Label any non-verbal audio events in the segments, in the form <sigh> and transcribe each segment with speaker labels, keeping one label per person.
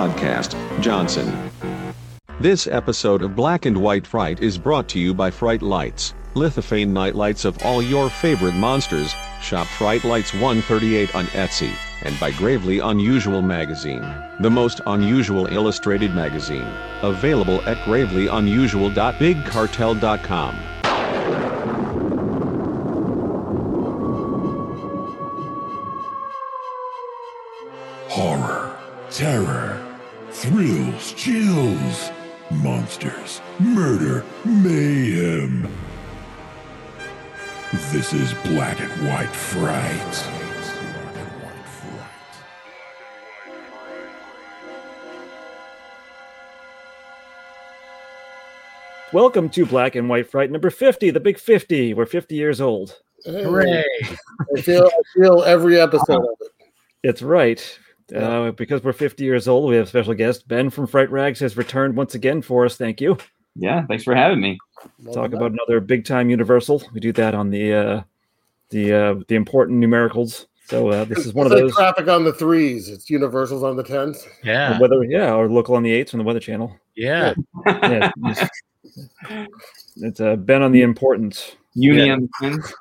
Speaker 1: podcast, Johnson. This episode of Black and White Fright is brought to you by Fright Lights, lithophane nightlights of all your favorite monsters. Shop Fright Lights 138 on Etsy, and by Gravely Unusual Magazine, the most unusual illustrated magazine. Available at gravelyunusual.bigcartel.com.
Speaker 2: Horror, terror, thrills, chills, monsters, murder, mayhem. This is Black and White Fright.
Speaker 3: Welcome to Black and White Fright number 50, the big 50. We're 50 years old.
Speaker 4: Hey,
Speaker 5: Hooray!
Speaker 4: I feel, I feel every episode of it.
Speaker 3: That's right. Uh, because we're 50 years old, we have a special guest. Ben from Fright Rags has returned once again for us. Thank you.
Speaker 6: Yeah, thanks for having me.
Speaker 3: Talk about another big time Universal. We do that on the uh, the uh, the important numericals. So uh, this is one of
Speaker 4: It's like
Speaker 3: those.
Speaker 4: traffic on the threes. It's universals on the tens.
Speaker 5: Yeah,
Speaker 3: Weather, yeah, or local on the eights from the Weather Channel.
Speaker 5: yeah.
Speaker 3: Yeah, it's- it's uh, Ben on the importance.
Speaker 6: Uni
Speaker 3: Yeah.
Speaker 6: on the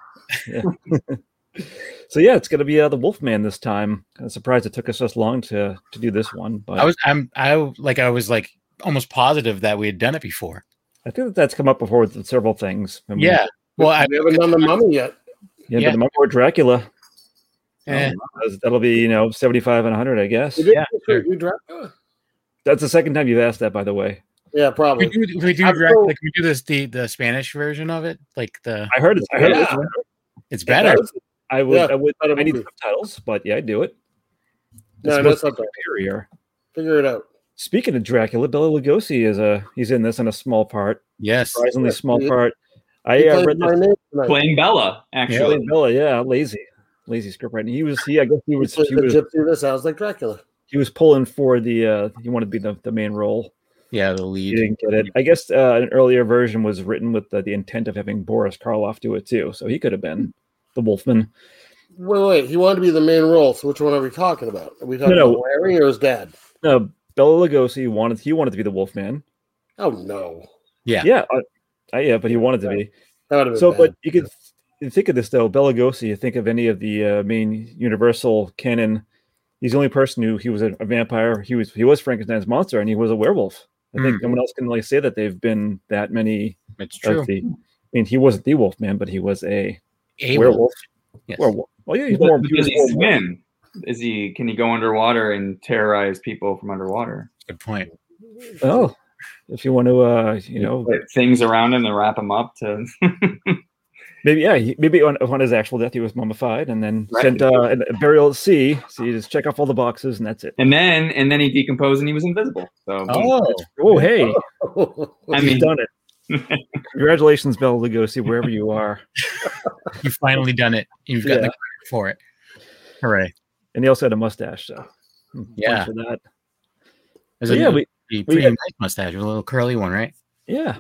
Speaker 6: chin.
Speaker 3: So yeah, it's going to be uh, the Wolfman this time. Kind of surprised it took us this long to to do this one, but
Speaker 5: I was, I'm, I like, I was like almost positive that we had done it before.
Speaker 3: I think that that's come up before with several things. And we-
Speaker 5: Yeah. Well, I,
Speaker 4: we haven't done the mummy yet.
Speaker 3: Yeah,
Speaker 5: Yeah.
Speaker 3: but the Mummy or Dracula.
Speaker 5: eh,
Speaker 3: that's- That'll be you know seventy five and hundred, I guess.
Speaker 4: We did
Speaker 5: Yeah,
Speaker 4: you
Speaker 5: sure.
Speaker 4: do Dracula?
Speaker 3: That's the second time you've asked that, by the way.
Speaker 4: Yeah,
Speaker 5: we
Speaker 4: probably.
Speaker 5: do, we do,
Speaker 4: I'm
Speaker 5: direct-
Speaker 4: so-
Speaker 5: like, we do this the the Spanish version of it. Like the,
Speaker 3: I heard it. I heard it.
Speaker 4: Yeah.
Speaker 5: it's better.
Speaker 3: I would.
Speaker 4: Yeah,
Speaker 3: I would.
Speaker 4: better
Speaker 3: I need
Speaker 4: movie.
Speaker 3: subtitles, but yeah, I do it.
Speaker 4: No,
Speaker 3: It's
Speaker 4: no
Speaker 3: supposed to be
Speaker 4: subtitles.
Speaker 3: superior.
Speaker 4: Figure it out.
Speaker 3: Speaking of Dracula, Bela Lugosi is a he's in this in a small part,
Speaker 5: Yes.
Speaker 3: surprisingly
Speaker 4: Yeah,
Speaker 3: small
Speaker 4: he-
Speaker 3: part. I
Speaker 4: He
Speaker 3: uh,
Speaker 4: played
Speaker 3: read
Speaker 4: my
Speaker 3: this.
Speaker 4: name tonight.
Speaker 6: Playing Bella, actually.
Speaker 3: Playing Bela, yeah, lazy, lazy script writing. He was. He, I guess he
Speaker 4: He
Speaker 3: was.
Speaker 4: played
Speaker 3: He
Speaker 4: the
Speaker 3: was.
Speaker 4: gypsy that sounds like Dracula.
Speaker 3: He was pulling for the. uh He wanted to be the, the main role.
Speaker 5: Yeah, the
Speaker 3: you
Speaker 5: lead.
Speaker 3: didn't get it. I guess uh, an earlier version was written with uh, the, the intent of having Boris Karloff do it too, so he could have been the Wolfman.
Speaker 4: Wait, wait. He wanted to be the main role. So which one are we talking about? Are we talking
Speaker 3: No, no.
Speaker 4: about Larry or his dad?
Speaker 3: No, Bela Lugosi wanted he wanted to be the Wolfman.
Speaker 4: Oh no,
Speaker 5: Yeah.
Speaker 3: Yeah, uh, uh, yeah, but he wanted to be.
Speaker 4: that would have been
Speaker 3: So,
Speaker 4: bad.
Speaker 3: but you
Speaker 4: <laughs>
Speaker 3: could th- think of this though. Bela Lugosi, you think of any of the uh, main Universal canon. He's the only person who he was a, a vampire. He was he was Frankenstein's monster, and he was a werewolf. I think
Speaker 5: Hmm.
Speaker 3: no one else can really say that they've been that many
Speaker 5: It's true.
Speaker 3: of the. I mean, he wasn't the Wolfman, but he was a
Speaker 5: A-
Speaker 3: werewolf.
Speaker 5: Yes.
Speaker 3: Werewolf. Well, yeah, he's
Speaker 6: But-
Speaker 3: more.
Speaker 6: but
Speaker 3: he
Speaker 6: Does
Speaker 3: was
Speaker 6: he
Speaker 3: more-
Speaker 6: swim? Is he? Can he go underwater and terrorize people from underwater?
Speaker 5: Good point.
Speaker 3: Oh, if you want to, uh, you know,
Speaker 6: Put things around him and wrap him up to. <laughs>
Speaker 3: maybe yeah, he- maybe on, on his actual death he was mummified and then
Speaker 6: Right.
Speaker 3: sent uh, and burial at sea. So you just check off all the boxes and that's it.
Speaker 6: and then and then he decomposed and he was invisible. So
Speaker 5: <laughs> Oh,
Speaker 3: Oh, hey,
Speaker 6: I
Speaker 3: you've
Speaker 6: mean,
Speaker 3: done it! Congratulations, Bela Lugosi, wherever you are.
Speaker 5: you've finally done it. You've gotten
Speaker 3: Yeah.
Speaker 5: the credit for it. Hooray!
Speaker 3: And he also had a mustache, so point
Speaker 5: Yeah.
Speaker 3: for that.
Speaker 5: There's
Speaker 3: So,
Speaker 5: a
Speaker 3: yeah, we
Speaker 5: pretty
Speaker 3: had-
Speaker 5: nice mustache, a little curly one, right?
Speaker 3: yeah.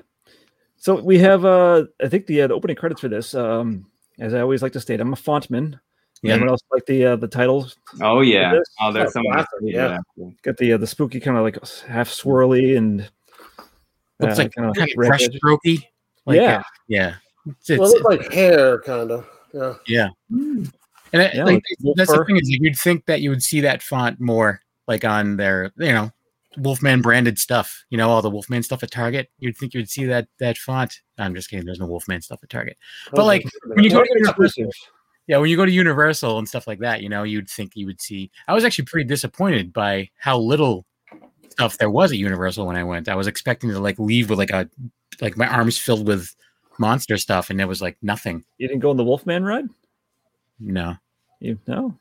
Speaker 3: So we have, uh, I think the, uh, the opening credits for this. Um, as I always like to state, I'm a fontman.
Speaker 5: Yeah.
Speaker 3: Anyone else like the uh, the titles
Speaker 6: oh yeah.
Speaker 3: This-
Speaker 6: Oh, there's
Speaker 4: that's
Speaker 6: someone.
Speaker 4: classic, yeah.
Speaker 3: got the uh, the spooky kind of like s- half swirly and
Speaker 5: Looks
Speaker 3: uh,
Speaker 5: like
Speaker 3: kinda
Speaker 5: kind of
Speaker 3: red.
Speaker 5: fresh strokey. Like,
Speaker 3: yeah,
Speaker 5: uh, yeah. It's,
Speaker 4: well,
Speaker 5: it's,
Speaker 4: it looked like hair, kind of. Yeah.
Speaker 5: And it,
Speaker 3: Yeah,
Speaker 5: like,
Speaker 3: like wolf
Speaker 5: that's
Speaker 3: fur.
Speaker 5: the thing is, like, you'd think that you would see that font more, like on their, you know, Wolfman branded stuff. You know, all the Wolfman stuff at Target. You'd think you would see that that font. I'm just kidding. There's no Wolfman stuff at Target. But, like, when you go to Universal, yeah, when you go to Universal and stuff like that, you know, you'd think you would see. I was actually pretty disappointed by how little stuff there was at Universal when I went. I was expecting to like leave with like a like my arms filled with monster stuff, and there was like nothing.
Speaker 3: you didn't go on the Wolfman ride.
Speaker 5: No.
Speaker 3: You no,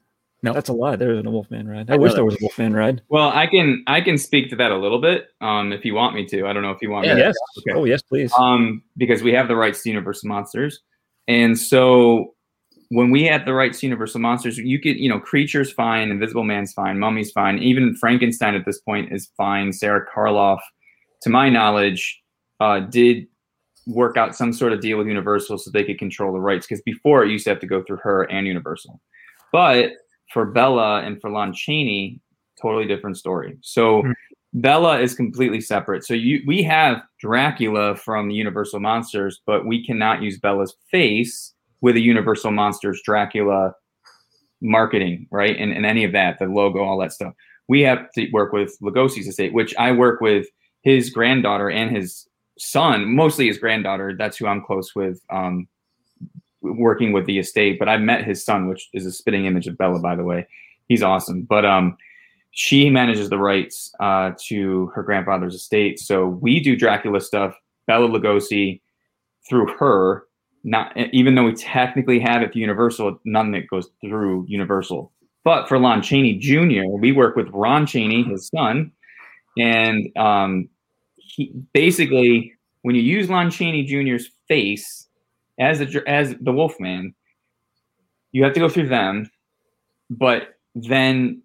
Speaker 5: No.
Speaker 3: that's a lie. There isn't a Wolfman ride. I,
Speaker 5: I know
Speaker 3: wish
Speaker 5: that.
Speaker 3: there was a Wolfman ride.
Speaker 6: Well, I can I can speak to that a little bit, um, if you want me to. I don't know if you want me. to.
Speaker 3: yes.
Speaker 6: Okay.
Speaker 3: Oh yes, please.
Speaker 5: Uh,
Speaker 6: um, because we have the rights to Universal Monsters, and so when we had the rights to Universal Monsters, you could, you know, Creature's fine, Invisible Man's fine, Mummy's fine, even Frankenstein at this point is fine. Sarah Karloff, to my knowledge, uh, did work out some sort of deal with Universal so they could control the rights because before it used to have to go through her and Universal, but for Bella and for Lon Chaney, totally different story. So
Speaker 5: Hmm.
Speaker 6: Bella is completely separate. So you we have Dracula from the Universal Monsters, but we cannot use Bella's face with a Universal Monsters Dracula marketing, right? And and any of that, the logo, all that stuff. We have to work with Lugosi's estate, which I work with his granddaughter and his son, mostly his granddaughter. That's who I'm close with. Um working with the estate but i met his son which is a spitting image of bella by the way he's awesome but um she manages the rights uh, to her grandfather's estate. So we do Dracula stuff, Bella Lugosi, through her. Not e, even though we technically have it through Universal, none that goes through Universal. But for Lon Chaney Jr., we work with Ron Chaney, his son, and um, he basically when you use Lon Chaney Jr.'s face as a, dr- as the Wolfman, you have to go through them. But then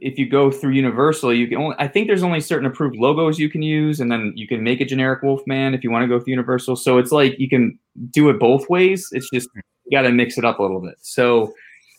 Speaker 6: if you go through Universal, you can only I think there's only certain approved logos you can use, and then you can make a generic Wolfman if you want to go through Universal. So it's like you can do it both ways. It's just you got to mix it up a little bit. So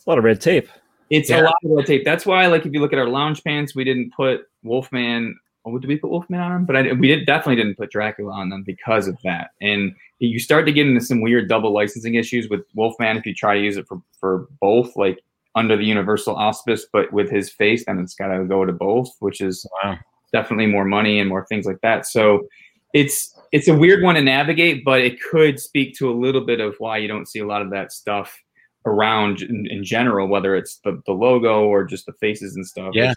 Speaker 3: a lot of red tape.
Speaker 6: it's
Speaker 5: Yeah.
Speaker 6: a lot of red tape. That's why, like, if you look at our lounge pants, we didn't put Wolfman. Oh, did we put Wolfman on them? But I, we did, definitely didn't put Dracula on them because of that. And you start to get into some weird double licensing issues with Wolfman if you try to use it for for both, like under the Universal auspice, but with his face, then it's got to go to both, which is
Speaker 5: Wow.
Speaker 6: definitely more money and more things like that. So it's it's a weird one to navigate, but it could speak to a little bit of why you don't see a lot of that stuff around in, in general, whether it's the, the logo or just the faces and stuff.
Speaker 5: Yeah.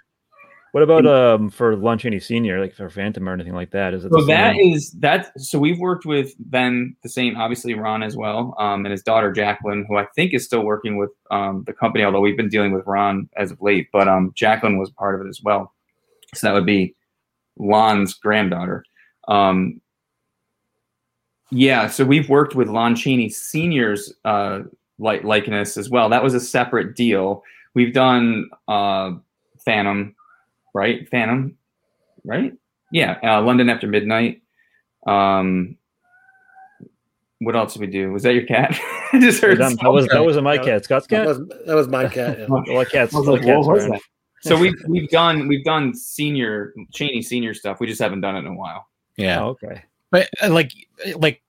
Speaker 3: What about um for Lon Chaney Senior, like for Phantom or anything like that? Is it the
Speaker 6: So that
Speaker 3: same?
Speaker 6: is that. So we've worked with them the same, obviously Ron as well, um, and his daughter Jacqueline, who I think is still working with um, the company, although we've been dealing with Ron as of late. But um, Jacqueline was part of it as well. So that would be Lon's granddaughter. Um, yeah, so we've worked with Lon Chaney Senior's uh, like likeness as well. That was a separate deal. We've done uh, Phantom, right? Phantom, right? Yeah, uh, London After Midnight. Um, what else did we do? Was that your cat? <laughs> I just heard.
Speaker 3: that, that was that wasn't my cat. Scott's cat.
Speaker 4: That was, that was my cat. Yeah.
Speaker 6: something.
Speaker 3: A lot of cats.
Speaker 6: I was
Speaker 3: a lot
Speaker 6: like,
Speaker 3: of
Speaker 6: "What
Speaker 3: cats
Speaker 6: was
Speaker 3: around.
Speaker 6: that?" So we've we've done we've done senior Cheney senior stuff. We just haven't done it in a while.
Speaker 5: Yeah.
Speaker 3: Oh, okay.
Speaker 5: but uh, like like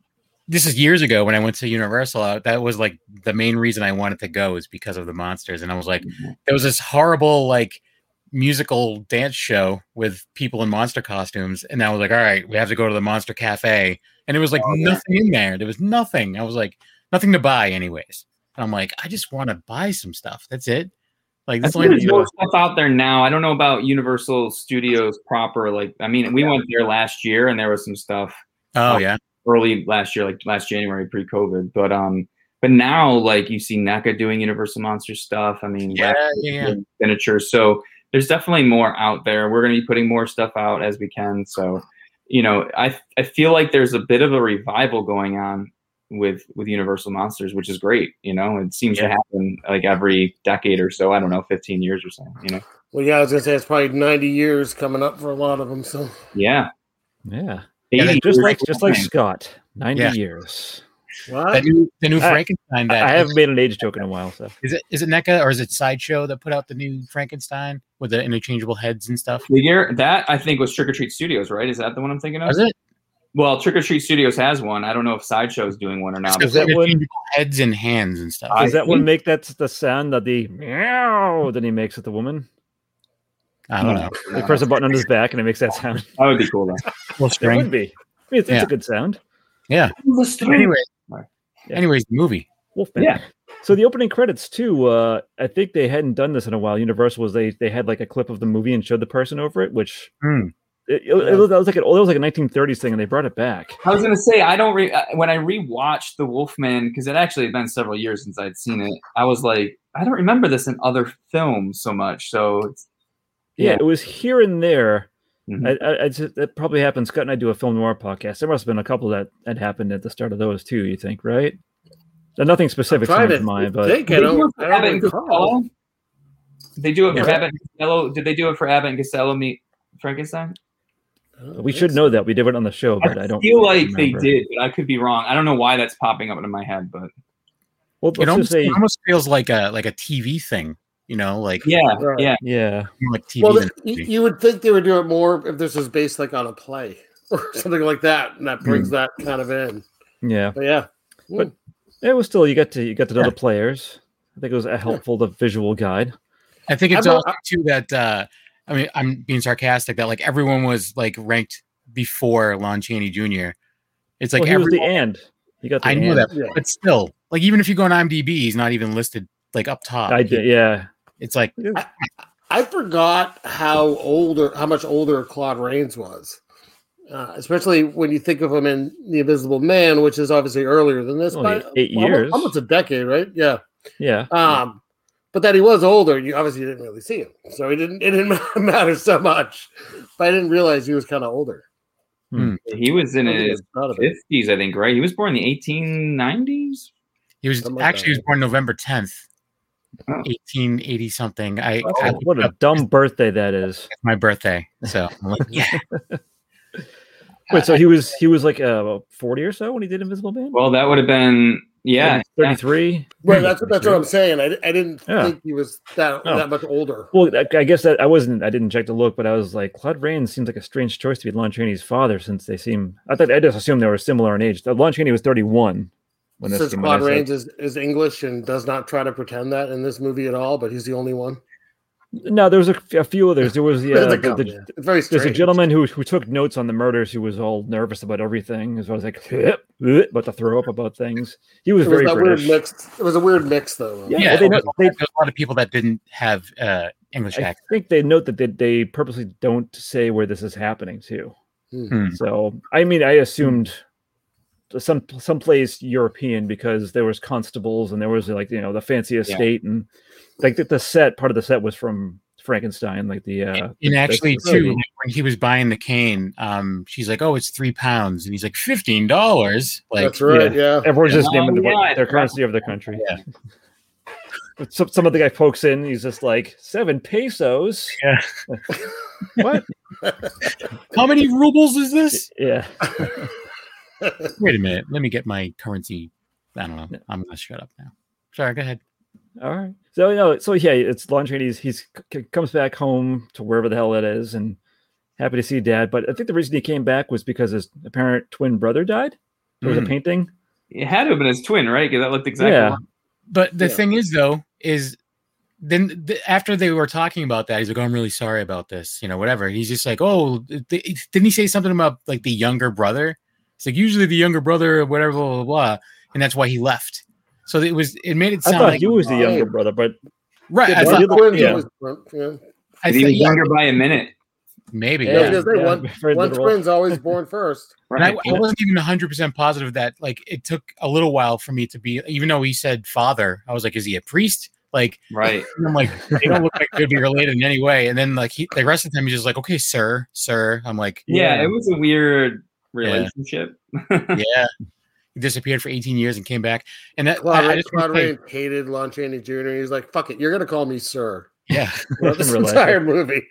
Speaker 5: this is years ago when I went to Universal. uh, That was like the main reason I wanted to go is because of the monsters, and I was like,
Speaker 3: Mm-hmm.
Speaker 5: there was this horrible like musical dance show with people in monster costumes, and I was like, all right, we have to go to the Monster Cafe, and it was like
Speaker 3: Oh,
Speaker 5: nothing in there. There was nothing. I was like, nothing to buy, anyways. And I'm like, I just want to buy some stuff. That's it. Like
Speaker 6: I
Speaker 5: that's the
Speaker 6: think
Speaker 5: only
Speaker 6: there's
Speaker 5: thing.
Speaker 6: more stuff out there now. I don't know about Universal Studios proper. Like, I mean, we went there last year, and there was some stuff
Speaker 5: Oh yeah,
Speaker 6: early last year, like last January pre-COVID. But um, but now like you see NECA doing Universal Monster stuff. I mean,
Speaker 5: yeah,
Speaker 6: Wax
Speaker 5: yeah. yeah.
Speaker 6: doing miniatures. So there's definitely more out there. We're going to be putting more stuff out as we can. So you know, I I feel like there's a bit of a revival going on with with Universal Monsters, which is great. You know, it seems to
Speaker 5: Yeah.
Speaker 6: happen like every decade or so. I don't know, 15 years or so. You know,
Speaker 4: Well, yeah, I was gonna say it's probably 90 years coming up for a lot of them. So
Speaker 6: yeah.
Speaker 3: Yeah.
Speaker 5: Yeah,
Speaker 6: 80
Speaker 3: Just
Speaker 6: years
Speaker 3: like just like
Speaker 6: behind.
Speaker 3: Scott, ninety
Speaker 5: Yeah.
Speaker 3: years.
Speaker 5: That
Speaker 4: what?
Speaker 5: new, the new
Speaker 3: I-
Speaker 5: Frankenstein. That
Speaker 3: I haven't made an age joke in a while, so
Speaker 5: Is it is it NECA or is it Sideshow that put out the new Frankenstein with the interchangeable heads and stuff?
Speaker 6: figure that I think was Trick or Treat Studios, right? Is that the one I'm
Speaker 3: Uh,
Speaker 6: thinking of?
Speaker 5: Was it?
Speaker 6: Well, Trick or Treat Studios has one. I don't know if Sideshow's doing one or not.
Speaker 5: Because
Speaker 3: that
Speaker 5: interchangeable
Speaker 3: one-
Speaker 5: heads and hands and stuff.
Speaker 6: I
Speaker 3: does that one
Speaker 6: think-
Speaker 3: make that the sound that the meow that he makes at the woman?
Speaker 5: I don't know.
Speaker 3: He presses a button on his back and it makes that sound. <laughs>
Speaker 6: That would be cool though.
Speaker 5: Well,
Speaker 3: It
Speaker 5: string.
Speaker 3: would be. I mean, it's, it's
Speaker 5: Yeah.
Speaker 3: a good sound.
Speaker 5: Anyway,
Speaker 3: Yeah.
Speaker 5: anyways, the movie.
Speaker 3: Wolfman.
Speaker 6: Yeah.
Speaker 3: So the opening credits too. Uh, I think they hadn't done this in a while. Universal was they they had like a clip of the movie and showed the person over it, which
Speaker 5: Hmm.
Speaker 3: it, it, it was, that was like an old, that was like a 1930s thing, and they brought it back.
Speaker 6: I was gonna say I don't re- uh, when I rewatched The Wolfman because it actually had been several years since I'd seen it. I was like, I don't remember this in other films so much. So it's,
Speaker 3: Yeah,
Speaker 6: Yeah.
Speaker 3: it was here and there.
Speaker 6: Mhm.
Speaker 3: I, I, I just, that probably happened. Scott and I do a film noir podcast. There must have been a couple that had happened at the start of those too. You think, right? Now, nothing specific
Speaker 4: Trying
Speaker 3: comes
Speaker 4: to
Speaker 3: to mind, but
Speaker 4: think, I
Speaker 6: Did they do
Speaker 4: don't,
Speaker 6: it for
Speaker 4: I
Speaker 6: Abbott
Speaker 4: don't
Speaker 6: and
Speaker 4: recall.
Speaker 6: Costello? Did They do it for
Speaker 3: Yeah.
Speaker 6: Abbott and Costello. Did they do it for Abbott and Costello meet Frankenstein?
Speaker 4: I don't
Speaker 3: we
Speaker 4: think
Speaker 3: should
Speaker 4: so.
Speaker 3: know that we did it on the show. But I,
Speaker 6: I
Speaker 3: don't
Speaker 6: feel like they
Speaker 3: remember.
Speaker 6: did, but I could be wrong. I don't know why that's popping up into my head, but
Speaker 3: Well, let's
Speaker 5: It
Speaker 3: just
Speaker 5: almost,
Speaker 3: say
Speaker 5: it almost feels like a like a TV thing. you know, like
Speaker 6: Yeah,
Speaker 4: Right.
Speaker 6: yeah.
Speaker 3: Yeah.
Speaker 5: like TV.
Speaker 4: Well,
Speaker 5: than
Speaker 4: th- you
Speaker 5: movie.
Speaker 4: you would think they would do it more if this is based like on a play <laughs> or something like that, and that brings that kind of in.
Speaker 3: Yeah.
Speaker 4: But yeah,
Speaker 3: Hmm.
Speaker 4: Hmm,
Speaker 3: But- It was still you got to you got to know the players. I think it was a helpful the visual guide.
Speaker 5: I think it's
Speaker 4: I'm
Speaker 5: also
Speaker 4: not-
Speaker 5: too that uh I mean I'm being sarcastic that like everyone was like ranked before Lon Chaney Jr. It's like
Speaker 3: Like well, he was
Speaker 5: every
Speaker 3: the end. He got. The
Speaker 5: I knew
Speaker 3: and.
Speaker 5: that,
Speaker 4: Yeah.
Speaker 5: but still, like even if you go on IMDb, he's not even listed like up top.
Speaker 3: I did. Yeah.
Speaker 5: It's like
Speaker 4: I forgot how older, how much older Claude Rains was, uh, especially when you think of him in The Invisible Man, which is obviously earlier than this,
Speaker 3: Only
Speaker 4: by
Speaker 3: eight
Speaker 4: almost-
Speaker 3: years.
Speaker 4: almost, a decade, right? Yeah.
Speaker 3: Yeah.
Speaker 4: Um, but that he was older, you obviously didn't really see him, so it didn't it didn't <laughs> matter so much. But I didn't realize he was kind of older.
Speaker 3: Hmm.
Speaker 4: Hmm.
Speaker 6: He was in
Speaker 4: I didn't
Speaker 6: his
Speaker 4: even thought of it.
Speaker 6: fifties, I think. Right? He was born in the eighteen nineties.
Speaker 5: he was
Speaker 4: Something like
Speaker 5: actually he was
Speaker 4: that.
Speaker 5: born November 10th,
Speaker 6: Oh.
Speaker 5: 1880 something. I, I
Speaker 3: Oh,
Speaker 5: looked
Speaker 3: what
Speaker 5: it
Speaker 3: a
Speaker 5: up.
Speaker 3: dumb birthday that is.
Speaker 5: It's my birthday, so I'm
Speaker 3: <laughs>
Speaker 5: like, yeah,
Speaker 3: Wait, so he was he was like uh, forty or so when he did Invisible Man.
Speaker 6: Well, that would have been yeah.
Speaker 3: thirty three.
Speaker 4: Right, that's what that's what I'm saying. I, di- I didn't
Speaker 3: Yeah. Oh.
Speaker 4: think he was that
Speaker 3: No.
Speaker 4: that much older.
Speaker 3: Well, I- I guess that I wasn't. I didn't check the look, but I was like, Claude Rains seems like a strange choice to be Lon Chaney's father, since they seem. I thought I just assumed they were similar in age. Uh, Lon Chaney was thirty-one when this
Speaker 4: Since
Speaker 3: came out.
Speaker 4: Claude
Speaker 3: I said-
Speaker 4: Rains is, is English and does not try to pretend that in this movie at all, but he's the only one.
Speaker 3: No, there was a, f- a few others. There was the, uh,
Speaker 4: <laughs> There's a
Speaker 3: the-
Speaker 4: couple,
Speaker 3: the-
Speaker 4: yeah. It's very strange.
Speaker 3: there's a gentleman who who took notes on the murders who was all nervous about everything. As I was like, <laughs> about to throw up about things. He was
Speaker 4: It was
Speaker 3: very
Speaker 4: that
Speaker 3: British.
Speaker 4: weird mix. It was a weird mix, though.
Speaker 3: Yeah,
Speaker 5: yeah.
Speaker 3: well, they know-
Speaker 5: there's
Speaker 3: they-
Speaker 5: a lot of people that didn't have uh English
Speaker 3: I
Speaker 5: accent.
Speaker 3: think they note that they, they purposely don't say where this is happening to.
Speaker 4: Hmm.
Speaker 5: Hmm.
Speaker 3: So, I mean, I assumed some someplace European because there was constables and there was like you know the fancy estate and like the, the set part of the set was from Frankenstein, like the uh,
Speaker 5: and actually
Speaker 3: that's the
Speaker 5: too
Speaker 3: thing.
Speaker 5: like, when he was buying the cane um she's like oh it's three pounds and he's like fifteen dollars like
Speaker 4: That's right. Yeah.
Speaker 3: everyone's just
Speaker 6: Oh,
Speaker 3: naming the,
Speaker 6: yeah,
Speaker 3: their
Speaker 6: it's
Speaker 3: currency of their country.
Speaker 5: Yeah.
Speaker 3: But <laughs> some, some of the guy pokes in, he's just like seven pesos.
Speaker 5: Yeah.
Speaker 3: what?
Speaker 5: how many rubles
Speaker 3: <laughs>
Speaker 5: is this
Speaker 3: Yeah.
Speaker 5: wait a minute let me get my currency i don't know i'm gonna shut up now sorry go ahead
Speaker 3: All right. So you know, so yeah, it's Lon Chaney's. He's c- comes back home to wherever the hell that is, and happy to see Dad. But I think the reason he came back was because his apparent twin brother died. There was
Speaker 5: Mhm.
Speaker 3: a painting.
Speaker 6: It had to have been his twin, right? Because that looked exactly.
Speaker 3: Yeah.
Speaker 6: like-
Speaker 5: but the
Speaker 4: Yeah.
Speaker 5: thing is though is then th- after they were talking about that he's like oh, i'm really sorry about this you know whatever he's just like oh th- th- didn't he say something about like the younger brother it's like usually the younger brother or whatever blah blah blah and that's why he left so it was it made it
Speaker 3: I
Speaker 5: sound
Speaker 3: thought
Speaker 5: like
Speaker 3: he was the
Speaker 4: Right.
Speaker 3: younger brother, but
Speaker 5: right
Speaker 3: Yeah,
Speaker 5: I
Speaker 3: but
Speaker 5: thought,
Speaker 3: he looked-
Speaker 4: Twin
Speaker 3: yeah.
Speaker 4: was- yeah.
Speaker 5: I
Speaker 6: he
Speaker 5: thought-
Speaker 6: was younger by a minute.
Speaker 5: maybe
Speaker 4: Yeah,
Speaker 5: yeah,
Speaker 4: because they one-
Speaker 3: very
Speaker 4: One
Speaker 3: literal.
Speaker 4: twin's always born first.
Speaker 5: And I,
Speaker 6: Right.
Speaker 5: I wasn't even 100% positive that like it took a little while for me to be even though he said father i was like is he a priest like <laughs>
Speaker 6: Right.
Speaker 5: and i'm like they don't look like they could be related in any way and then like he, the rest of the time he's just like okay sir sir i'm
Speaker 6: <laughs>
Speaker 5: like
Speaker 6: Yeah,
Speaker 3: Yeah.
Speaker 6: it was a weird
Speaker 5: Yeah.
Speaker 6: relationship.
Speaker 5: yeah he disappeared for 18 years and came back and that
Speaker 4: Claude,
Speaker 5: I- I
Speaker 4: Rains-
Speaker 5: just wanna
Speaker 4: Claude
Speaker 5: say-
Speaker 4: Rains hated Lon Chaney Jr. He's like, "Fuck it, you're gonna call me
Speaker 5: <laughs>
Speaker 4: sir."
Speaker 5: <laughs> yeah
Speaker 4: Well, this
Speaker 3: Relax.
Speaker 4: entire movie.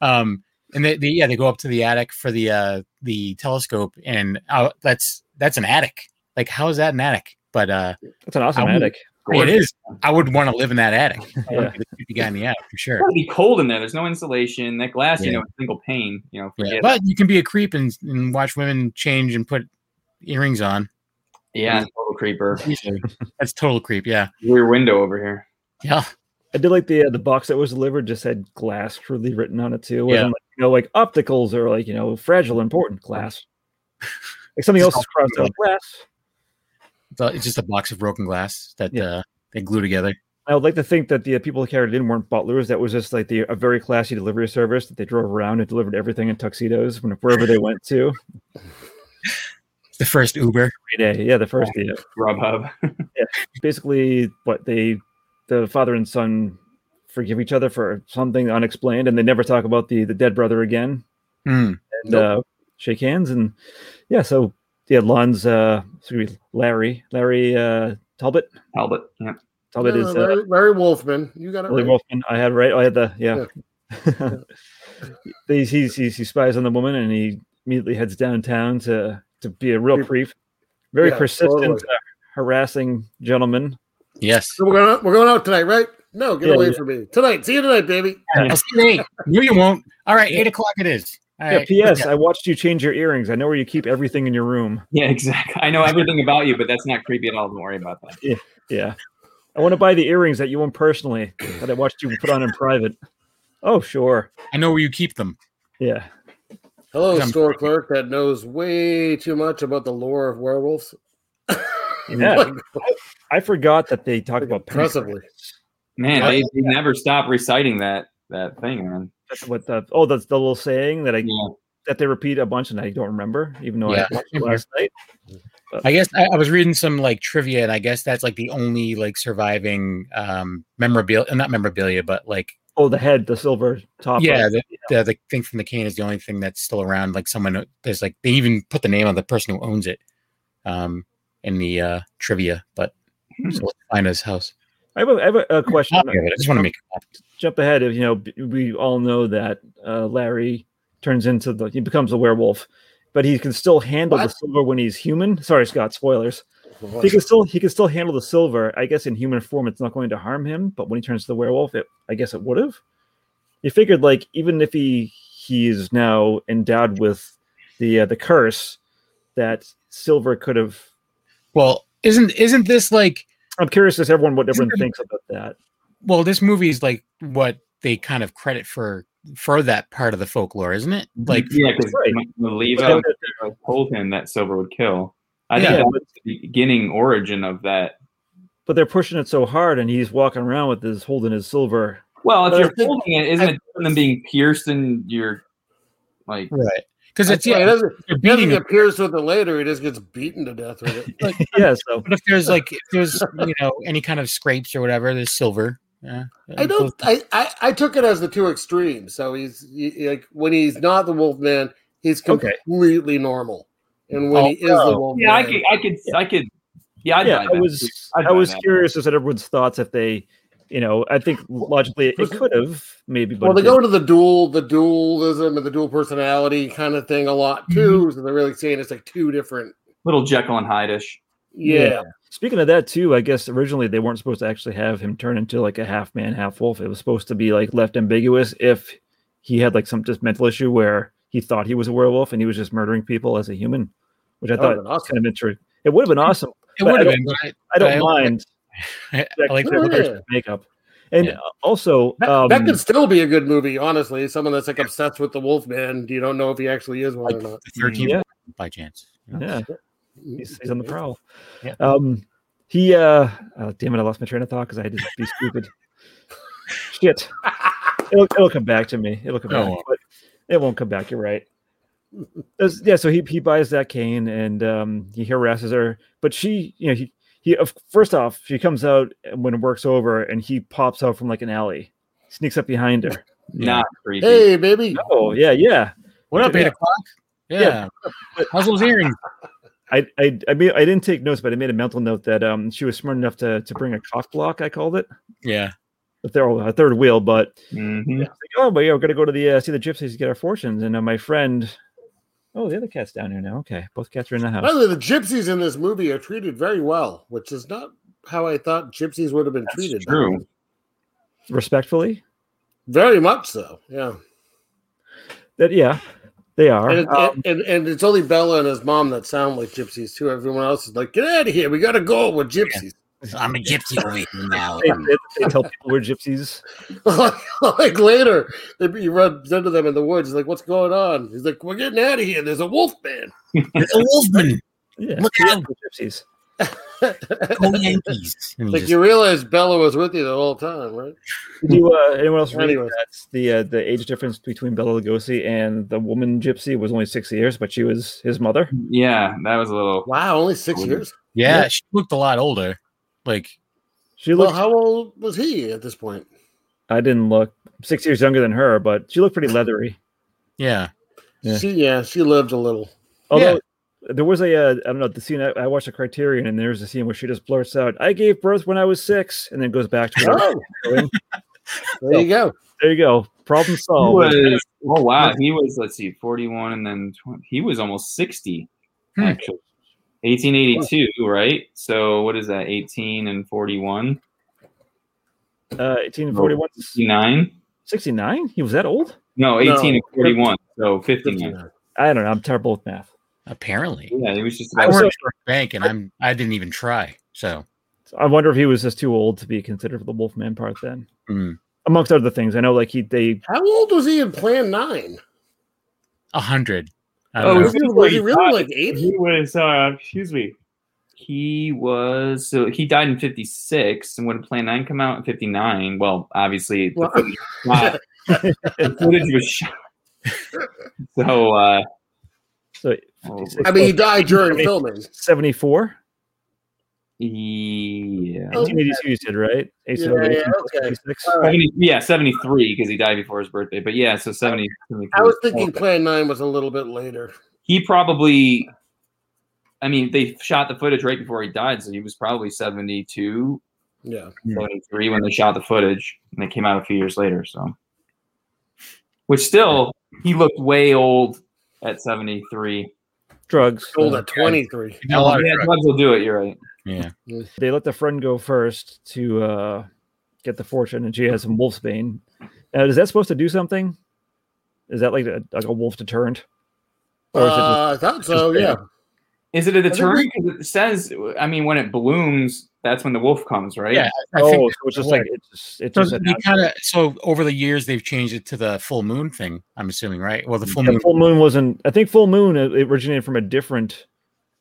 Speaker 5: um and they, they yeah they go up to the attic for the uh the telescope and uh, that's that's an attic like how is that an attic but uh
Speaker 3: That's an awesome
Speaker 5: I would-
Speaker 3: attic.
Speaker 5: it is i would want to live in that attic i
Speaker 3: Yeah.
Speaker 5: would be the creepy guy in the attic for sure
Speaker 6: <laughs> It's gotta be cold in there. There's no insulation. That glass, you
Speaker 5: Yeah.
Speaker 6: know, a single pane. You know,
Speaker 5: Yeah,
Speaker 6: forget. Yeah,
Speaker 5: but you can be a creep and, and watch women change and put earrings on.
Speaker 6: yeah total creeper.
Speaker 5: That's total creep. Yeah,
Speaker 6: Rear window over here.
Speaker 5: yeah.
Speaker 3: I did like the uh, the box that was delivered just had glass crudely written on it too.
Speaker 5: Yeah.
Speaker 3: Yeah. Like, you know, like opticals are like you know fragile, important <laughs> glass. Like something
Speaker 5: Just
Speaker 3: else is crossed out glass.
Speaker 5: So it's just a box of broken glass that
Speaker 3: Yeah.
Speaker 5: uh, they glue together.
Speaker 3: I would like to think that the uh, people who carried it in weren't butlers. That was just like the a very classy delivery service that they drove around and delivered everything in tuxedos when, wherever they went to.
Speaker 5: It's the first Uber.
Speaker 3: <laughs> Every day. Yeah, the first yeah.
Speaker 6: <laughs> Grubhub.
Speaker 3: Basically, what they, the father and son, forgive each other for something unexplained, and they never talk about the the dead brother again,
Speaker 5: Hmm.
Speaker 3: and uh, shake hands, and yeah. So yeah, Lon's uh, excuse me, Larry, Larry uh, Talbot,
Speaker 6: Talbot. Yeah.
Speaker 3: Talbot
Speaker 4: No,
Speaker 3: is uh,
Speaker 4: Larry, Larry Wolfman. You got it.
Speaker 3: Willie
Speaker 4: right.
Speaker 3: Wolfman. I had right. I had the yeah. He- <laughs> he's, he's, he spies on the woman and he immediately heads downtown to to be a real
Speaker 4: Yeah.
Speaker 3: creep, very
Speaker 4: Yeah,
Speaker 3: persistent,
Speaker 4: totally.
Speaker 3: uh, harassing gentleman.
Speaker 5: Yes.
Speaker 4: So we're going out, we're going out tonight, right? No, get
Speaker 3: Yeah,
Speaker 4: away
Speaker 3: yeah.
Speaker 4: from me tonight. See you tonight, baby.
Speaker 5: I'll see you at eight. No, you won't. All right, eight o'clock it is. All
Speaker 3: Yeah,
Speaker 5: right.
Speaker 3: P.S. I watched you change your earrings. I know where you keep everything in your room.
Speaker 6: Yeah, exactly. I know everything about you, but that's not creepy at all. Don't worry about that.
Speaker 3: Yeah. I want to buy the earrings that you own personally that I watched you put on in private. Oh, sure.
Speaker 5: I know where you keep them.
Speaker 3: Yeah.
Speaker 4: Hello,
Speaker 5: I'm
Speaker 4: store clerk that knows way too much about the lore of werewolves. <laughs>
Speaker 3: Yeah.
Speaker 4: Like,
Speaker 3: I forgot that they talk about
Speaker 4: Impressively.
Speaker 3: pentagrams.
Speaker 6: Man,
Speaker 5: Yeah.
Speaker 6: they, they never stop reciting that that thing, man.
Speaker 3: That's what the oh, that's the little saying that I
Speaker 6: Yeah.
Speaker 3: that they repeat a bunch and I don't remember, even though
Speaker 5: Yeah.
Speaker 3: I watched it last night.
Speaker 5: I guess I, I was reading some like trivia, and I guess that's like the only like surviving um memorabilia, not memorabilia, but like
Speaker 3: Oh, the head, the silver top.
Speaker 5: yeah,
Speaker 3: right?
Speaker 5: the, the the thing from the cane is the only thing that's still around. Like someone uh, there's like they even put the name on the person who owns it, um, in the uh trivia. But
Speaker 6: Hmm.
Speaker 5: so let's find his house.
Speaker 3: I have a, I have a, a question.
Speaker 5: Copy of it. I just want to make a copy.
Speaker 3: jump ahead of you know b- we all know that uh, Larry turns into the he becomes a werewolf, but he can still handle the
Speaker 4: What?
Speaker 3: silver when he's human. Sorry, Scott, spoilers. He can still he can still handle the silver. I guess in human form it's not going to harm him, but when he turns to the werewolf, it I guess it would have. You figured like even if he he is now endowed with the uh, the curse that silver could have.
Speaker 5: Well, isn't isn't this like
Speaker 3: I'm curious as everyone what everyone
Speaker 5: there-
Speaker 3: thinks about that.
Speaker 5: well, this movie is like what they kind of credit for for that part of the folklore, isn't it? Like
Speaker 6: Mm-hmm. yeah, because
Speaker 3: Right.
Speaker 6: Levo told him that silver would kill. I think
Speaker 5: Yeah.
Speaker 6: that was the beginning origin of that.
Speaker 3: But they're pushing it so hard, and he's walking around with his holding his silver
Speaker 6: Well, if
Speaker 4: But I
Speaker 6: you're
Speaker 4: think-
Speaker 6: holding it, isn't it different than being pierced and you're like
Speaker 5: right. Because it's
Speaker 4: That's right. It
Speaker 5: yeah,
Speaker 4: doesn't,
Speaker 5: you're
Speaker 4: it doesn't
Speaker 5: beating
Speaker 4: get pierced with it later. He just gets beaten to death with
Speaker 5: <laughs>
Speaker 4: it.
Speaker 3: yeah, so
Speaker 5: But if there's like if there's you know any kind of scrapes or whatever, there's silver. Yeah.
Speaker 4: I don't. I, I I took it as the two extremes. So he's he, like when he's not the Wolfman, he's
Speaker 3: Okay.
Speaker 4: completely normal, and when
Speaker 5: Oh,
Speaker 4: he is the Wolfman,
Speaker 6: Yeah, I could, I could, I could. Yeah, <laughs> I'd
Speaker 3: yeah,
Speaker 6: buy
Speaker 3: I
Speaker 6: that.
Speaker 3: was
Speaker 6: I'd
Speaker 3: I
Speaker 6: buy
Speaker 3: was
Speaker 6: that.
Speaker 3: curious as to everyone's thoughts if they, you know, I think logically it could have maybe, but
Speaker 4: well, they
Speaker 3: it
Speaker 4: go
Speaker 3: didn't.
Speaker 4: into the dual, the dualism, and the dual personality kind of thing a
Speaker 3: Mm-hmm.
Speaker 4: lot too. So they're really saying it's like two different.
Speaker 6: little Jekyll and Hyde-ish.
Speaker 4: Yeah,
Speaker 3: Yeah. speaking of that too, I guess originally they weren't supposed to actually have him turn into like a half man, half wolf. It was supposed to be like left ambiguous if he had like some just mental issue where he thought he was a werewolf and he was just murdering people as a human, which I
Speaker 4: Oh, That would've
Speaker 3: thought
Speaker 4: been awesome.
Speaker 3: kind of interesting. It would have been awesome.
Speaker 5: It
Speaker 3: but
Speaker 5: would have
Speaker 3: I
Speaker 5: been, but I,
Speaker 3: I don't
Speaker 5: I like-
Speaker 3: mind
Speaker 5: I,
Speaker 3: that
Speaker 5: I like
Speaker 4: that.
Speaker 5: that.
Speaker 3: character's makeup. And
Speaker 5: Yeah.
Speaker 3: also,
Speaker 4: That,
Speaker 3: um,
Speaker 4: that could still be a good movie, honestly. Someone that's like obsessed with the Wolfman, you don't know if he actually is one or not.
Speaker 5: The 13th
Speaker 3: yeah.
Speaker 5: by chance. you know?
Speaker 3: yeah, he's, he's on the prowl.
Speaker 5: Yeah.
Speaker 3: Um, he, uh, oh, damn it, I lost my train of thought because I had to be stupid. Shit, it'll, it'll come back to me. It'll come
Speaker 5: No, it
Speaker 3: back,
Speaker 5: won't.
Speaker 3: but it won't come back. You're right. There's- yeah, so he he buys that cane and um, he harasses her, but she, you know, he he of, first off she comes out when work's over and he pops out from like an alley, sneaks up behind her.
Speaker 6: Not creepy.
Speaker 4: Hey, baby.
Speaker 3: Oh yeah, yeah.
Speaker 5: What up,
Speaker 3: Yeah.
Speaker 5: eight o'clock? Yeah. How's those earrings?
Speaker 3: I, I I made I didn't take notes, but I made a mental note that um she was smart enough to to bring a cock block. I called it
Speaker 5: Yeah.
Speaker 3: a third a third wheel, but
Speaker 6: Mhm.
Speaker 3: I was like, oh, but yeah, we're gonna go to the uh, see the gypsies to get our fortunes. And uh, my friend, oh, the other cat's down here now. Okay, both cats are in the
Speaker 4: By
Speaker 3: house.
Speaker 4: the way, the gypsies in this movie are treated very well, which is not how I thought gypsies would have been treated.
Speaker 6: True.
Speaker 3: Respectfully,
Speaker 4: Very much so. Yeah.
Speaker 3: that yeah, they are.
Speaker 4: And, it,
Speaker 3: Um,
Speaker 4: and, and, and it's only Bella and his mom that sound like gypsies, too. Everyone else is like, get out of here. We got to go. We're gypsies. <laughs>
Speaker 5: I'm a gypsy over here now.
Speaker 3: <laughs> they, they- they tell people we're gypsies.
Speaker 4: like, later, they, you run into them in the woods. He's like, what's going on? He's like, we're getting out of here. There's a wolf man. <laughs>
Speaker 5: It's a wolfman.
Speaker 3: Yeah,
Speaker 5: Look
Speaker 3: yeah,
Speaker 5: out.
Speaker 3: we're gypsies.
Speaker 5: Go Yankees. And he
Speaker 4: like,
Speaker 5: just-
Speaker 4: you realize Bella was with you the whole time, right?
Speaker 3: Did you, uh, anyone else read
Speaker 4: Anyways.
Speaker 3: that the uh, the age difference between Bella Lugosi and the woman gypsy was only six years, but she was his mother.
Speaker 6: Yeah, that was a little.
Speaker 4: Wow, only six years?
Speaker 5: yeah, she looked a lot older. Like
Speaker 3: She
Speaker 4: Well,
Speaker 3: looked
Speaker 4: how old was he at this point?
Speaker 3: I didn't look six years younger than her, but she looked pretty leathery.
Speaker 5: yeah.
Speaker 3: Yeah.
Speaker 4: She, yeah, she lived a little.
Speaker 3: Although there was a, uh, I don't know, the scene I, I watched a Criterion, and there's a scene where she just blurts out, "I gave birth when I was six, and then goes back to her.
Speaker 4: Oh, there you <laughs> go.
Speaker 3: there you go,
Speaker 4: <laughs>
Speaker 3: problem
Speaker 6: He
Speaker 3: solved.
Speaker 6: was, oh wow, he was. Let's see, forty-one, and then 20, he was almost sixty.
Speaker 5: Hmm.
Speaker 6: Actually, eighteen eighty-two, right? So what is that? Eighteen and forty-one.
Speaker 3: Uh, 1841,
Speaker 6: 69?
Speaker 3: 69? He was that old?
Speaker 6: No, 18 and 41. So 59.
Speaker 4: 59.
Speaker 3: I don't know. I'm terrible with math.
Speaker 5: Apparently,
Speaker 6: Yeah, he was just
Speaker 5: I
Speaker 6: about
Speaker 5: work for a bank, and I'm I didn't even try. So
Speaker 3: So I wonder if he was just too old to be considered for the Wolfman part then.
Speaker 5: mm,
Speaker 3: Amongst other things, I know like he they
Speaker 4: How old was he in Plan Nine?
Speaker 5: a hundred. I
Speaker 6: Oh,
Speaker 5: don't
Speaker 4: Was
Speaker 5: know.
Speaker 4: he,
Speaker 6: he's
Speaker 4: was he really
Speaker 6: forty-five.
Speaker 4: like eighty?
Speaker 6: He was, uh, excuse me. He was, so he died in 56. And when Plan 9 come out in 59, well, obviously, the
Speaker 4: Well-
Speaker 6: footage was shot. the footage was shot. So, uh,
Speaker 3: so
Speaker 6: oh,
Speaker 3: 56.
Speaker 4: I mean, he died during filming.
Speaker 3: 74.
Speaker 6: yeah.
Speaker 4: Oh,
Speaker 3: 1982 you said, right?
Speaker 4: Yeah,
Speaker 3: 1878,
Speaker 4: yeah, okay.
Speaker 3: 76.
Speaker 4: All right.
Speaker 6: 70, yeah, 73 because he died before his birthday. But yeah, so 70.
Speaker 4: I was thinking Plan Nine was a little bit later.
Speaker 6: he probably, I mean, they shot the footage right before he died. So he was probably 72,
Speaker 4: Yeah,
Speaker 5: Hmm.
Speaker 6: 73 when they shot the footage and it came out a few years later so which still he looked way old at 73
Speaker 3: Drugs.
Speaker 4: old at twenty three.
Speaker 5: He got a lot of
Speaker 6: yeah,
Speaker 5: drugs.
Speaker 6: drugs will do it you're right
Speaker 5: yeah.
Speaker 3: They let the friend go first to uh, get the fortune, and she has some wolf's bane. Now, is that supposed to do something? Is that like a, like a wolf deterrent? Or is it just,
Speaker 4: Uh, I thought so. Yeah,
Speaker 6: is it a
Speaker 4: think
Speaker 6: deterrent 'Cause it says i mean when it blooms that's when the wolf comes right
Speaker 5: Yeah, I
Speaker 3: oh,
Speaker 5: think
Speaker 3: so it's just like it's just it's
Speaker 5: So
Speaker 3: just
Speaker 5: they
Speaker 3: an-
Speaker 5: kind of so over the years they've changed it to the full moon thing. I'm assuming, right? Well, the full
Speaker 3: Yeah,
Speaker 5: moon.
Speaker 3: full moon wasn't. I think full moon uh, it originated from a different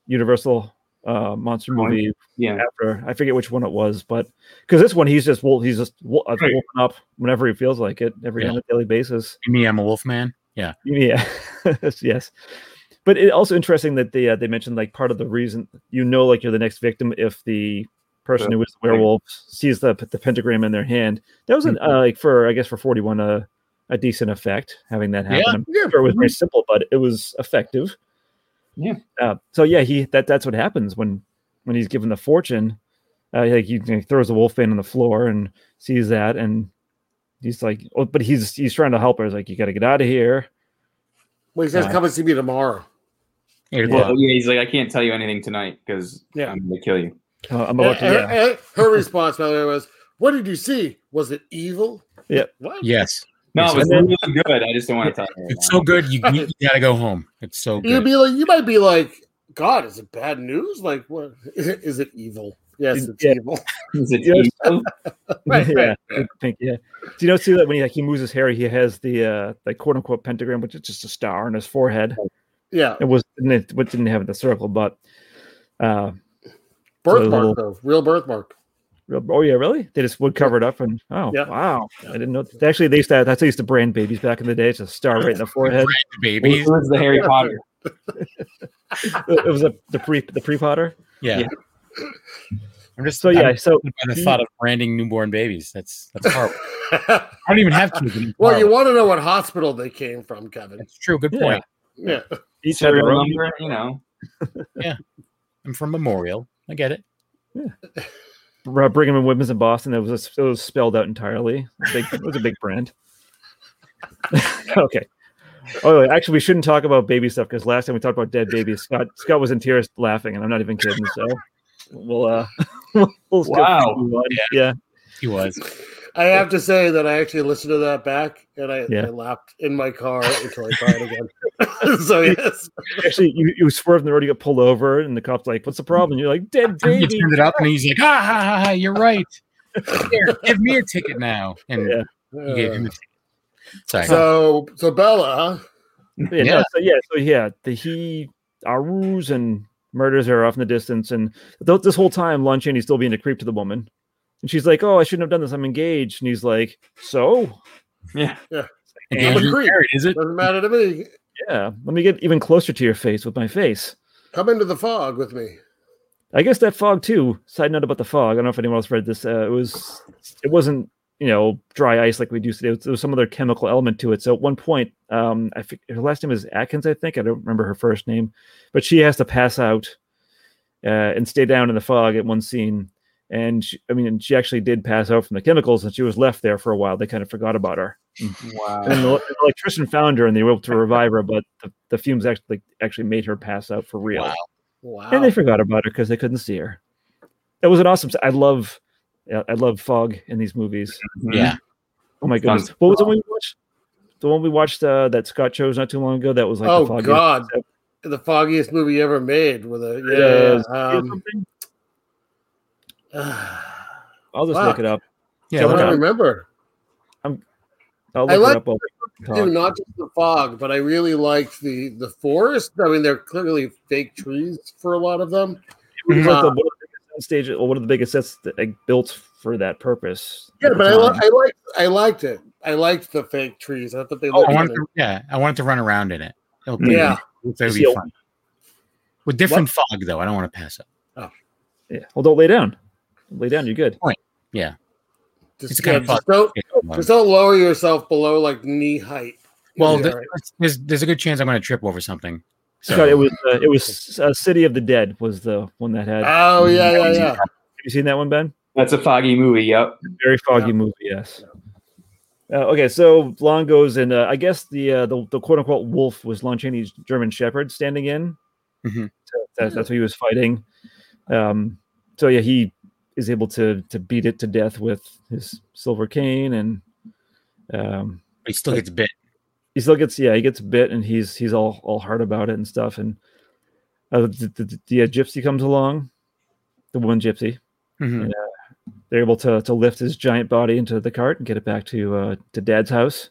Speaker 3: Universal uh, monster
Speaker 6: One?
Speaker 3: movie
Speaker 6: yeah
Speaker 3: after I forget which one it was, but because this one he's just wolf, he's just wolf, uh,
Speaker 6: Right.
Speaker 3: wolfing up whenever he feels like it, every
Speaker 5: Yeah.
Speaker 3: on a daily basis.
Speaker 5: Me, I'm a wolf man. Yeah,
Speaker 3: Yeah, <laughs> yes. But it also interesting that they uh, they mentioned like part of the reason you know like you're the next victim if the person
Speaker 6: The-
Speaker 3: who is the werewolf sees the the pentagram in their hand. That was an,
Speaker 5: Mhm.
Speaker 3: uh, like for I guess for 41 a a decent effect having that happen.
Speaker 5: Yeah.
Speaker 3: I'm sure it was very simple, but it was effective.
Speaker 6: Yeah.
Speaker 3: Uh, so yeah, he that that's what happens when when he's given the fortune. Uh, like he, he throws the wolf in on the floor and sees that, and he's like, oh, but he's he's trying to help her. He's like, you got to get out of here.
Speaker 4: well, he says,
Speaker 3: Yeah.
Speaker 4: "Come and see me tomorrow."
Speaker 5: Eight
Speaker 3: Yeah.
Speaker 5: o'clock.
Speaker 6: Well, yeah, he's like, I can't tell you anything tonight because
Speaker 4: Yeah.
Speaker 6: I'm gonna kill you.
Speaker 3: Uh, I'm
Speaker 4: Her,
Speaker 3: about to. Yeah.
Speaker 4: her- her response, by the way, was, "What did you see? Was it evil?"
Speaker 3: Yep.
Speaker 4: What?
Speaker 5: Yes,
Speaker 6: No, it
Speaker 5: Yes,
Speaker 6: was
Speaker 3: and
Speaker 6: really good. I just don't want to talk. About
Speaker 5: it's so good. You, you gotta go home. It's so
Speaker 4: You'd
Speaker 5: good.
Speaker 4: be like, you might be like, "God, is it bad news? Like, what <laughs> is it? Is it evil?" Yes, it's
Speaker 3: Yeah.
Speaker 4: evil.
Speaker 6: Is it
Speaker 3: Yes.
Speaker 6: evil?
Speaker 3: <laughs>
Speaker 4: Right,
Speaker 3: yeah,
Speaker 4: right.
Speaker 3: with the pink. Yeah. Do you know see that when he like he moves his hair, he has the uh like quote unquote pentagram, which is just a star on his forehead.
Speaker 4: Yeah,
Speaker 3: It was and it what didn't have the circle, but uh
Speaker 4: birthmark
Speaker 3: little-
Speaker 4: though, real birthmark.
Speaker 3: real- oh yeah, really? They just would cover it up and oh
Speaker 4: Yeah.
Speaker 3: wow. I didn't know actually they used to that's how they used to brand babies back in the day. It's a star right in the
Speaker 4: <laughs>
Speaker 3: forehead.
Speaker 5: Brand babies.
Speaker 6: Who's the Harry Potter?
Speaker 3: it was a, the pre the pre potter.
Speaker 5: Yeah.
Speaker 6: Yeah.
Speaker 5: I'm just
Speaker 3: So yeah, so
Speaker 5: I'm by the thought of branding newborn babies. That's that's horrible. I don't even have kids. and it's
Speaker 4: well, you
Speaker 5: horrible.
Speaker 4: want to know what hospital they came from, Kevin?
Speaker 5: That's true. Good
Speaker 3: <laughs> Yeah.
Speaker 5: point.
Speaker 4: Yeah,
Speaker 3: each had their
Speaker 6: Serial
Speaker 3: own
Speaker 6: number, you know.
Speaker 5: I'm from Memorial. I get it.
Speaker 3: Br- Brigham and Women's in Boston. That was it was spelled out entirely. Big, it was a big brand. <laughs> okay. Oh, actually, we shouldn't talk about baby stuff because last time we talked about dead babies, Scott Scott was in tears laughing, and I'm not even kidding. So we'll uh, <laughs> we'll skip
Speaker 6: Wow.
Speaker 3: 51.
Speaker 5: Yeah.
Speaker 3: Yeah.
Speaker 5: He was.
Speaker 4: I have to say that I actually listened to that back and I,
Speaker 3: Yeah.
Speaker 4: I laughed in my car until I cried again. <laughs> so yes,
Speaker 3: Actually, you, you swerve in the road, you get pulled over, and the cop's like, "What's the problem?" And you're like, "Dead
Speaker 5: He
Speaker 3: baby."
Speaker 5: turned it up and he's like, ah, ha, ha, ha, you're right. Here, give me a ticket now. And
Speaker 3: Yeah.
Speaker 5: you gave him a
Speaker 4: Uh,
Speaker 5: ticket. Sorry.
Speaker 4: so so Bella,
Speaker 3: Yeah, no,
Speaker 5: Yeah.
Speaker 3: so yeah, so yeah, the he Arus and murders her off in the distance, and th- this whole time, Lon Chaney's still being a creep to the woman, and she's like, "Oh, I shouldn't have done this. I'm engaged," and he's like, "So,
Speaker 6: Yeah.
Speaker 5: And Andrew
Speaker 4: I'm a creep.
Speaker 5: Garrett, is it?
Speaker 4: doesn't matter to me.
Speaker 3: yeah, let me get even closer to your face with my face."
Speaker 4: Come into the fog with me.
Speaker 3: I guess that fog too. Side note about the fog. I don't know if anyone else read this. Uh, it was, it wasn't, you know, dry ice like we do today. There was some other chemical element to it. So at one point, um, I think her last name is Atkins, I think. I don't remember her first name, but she has to pass out, uh, and stay down in the fog at one scene. And she, I mean, she actually did pass out from the chemicals, and she was left there for a while. They kind of forgot about her.
Speaker 6: <laughs>
Speaker 3: And then
Speaker 6: Wow.
Speaker 3: the e-, the electrician found her, and they were able to revive her, but the, the fumes actually actually made her pass out for real
Speaker 5: Wow.
Speaker 4: Wow.
Speaker 3: and they forgot about her because they couldn't see her. It was an awesome. I love I- I love fog in these movies.
Speaker 5: Yeah.
Speaker 3: Oh my
Speaker 6: Sounds-
Speaker 3: goodness! What was the one we watched? The one we watched uh, that Scott chose not too long ago. That was like
Speaker 4: Oh,
Speaker 3: the foggiest- <laughs>
Speaker 4: God. The foggiest movie ever made with a
Speaker 3: Yes.
Speaker 4: yeah. Um, <sighs>
Speaker 3: I'll just
Speaker 4: Fuck.
Speaker 3: look it up.
Speaker 5: Yeah.
Speaker 4: I
Speaker 3: look
Speaker 5: look
Speaker 3: it
Speaker 4: don't
Speaker 5: up.
Speaker 3: up.
Speaker 4: remember.
Speaker 3: I'll look
Speaker 4: I like
Speaker 3: it up. while
Speaker 4: <laughs>
Speaker 3: we talk.
Speaker 4: Dude, not just the fog, but I really liked the the forest. I mean, they're clearly fake trees for a lot of them.
Speaker 3: It was like
Speaker 4: Uh,
Speaker 3: the, one of the biggest set stages, or one of the biggest sets that like, built for that purpose.
Speaker 4: Yeah,
Speaker 3: at the
Speaker 4: but I,
Speaker 3: time.
Speaker 4: li- I liked I liked it. I liked the fake trees. I thought they
Speaker 3: Oh,
Speaker 4: looked.
Speaker 5: I wanted
Speaker 4: good.
Speaker 5: to, yeah, I wanted to run around in it. It'll be-
Speaker 4: yeah,
Speaker 5: it'll be
Speaker 3: Yeah.
Speaker 5: fun. With different fog though, I don't want to pass up.
Speaker 3: yeah. Well, don't lay down. Lay down. You're good.
Speaker 4: just,
Speaker 5: It's kind
Speaker 4: yeah,
Speaker 5: of
Speaker 4: just don't Oh, just don't lower yourself below like knee height.
Speaker 5: Well,
Speaker 4: Yeah,
Speaker 5: th-
Speaker 4: right.
Speaker 5: there's there's a good chance I'm going to trip over something. So-
Speaker 3: Scott, it was uh, it was uh, City of the Dead was the one that had. Have
Speaker 4: oh yeah,
Speaker 3: Mm-hmm.
Speaker 4: yeah, yeah.
Speaker 3: you seen that one, Ben?
Speaker 6: That's a foggy movie. Yep.
Speaker 3: Very foggy
Speaker 4: Yeah.
Speaker 3: movie. Yes. Uh, okay, so Lon goes and uh, I guess the, uh, the the quote unquote wolf was Lon Chaney's German Shepherd standing in.
Speaker 5: Mhm.
Speaker 3: So that's, that's who he was fighting. Um, so yeah, he is able to to beat it to death with his silver cane, and um,
Speaker 5: He still gets bit.
Speaker 3: he still gets yeah he gets bit, and he's he's all all hard about it and stuff. And uh, the the, the, uh, gypsy comes along, the woman gypsy.
Speaker 5: Mhm.
Speaker 3: They're able to to lift his giant body into the cart and get it back to uh, to Dad's house.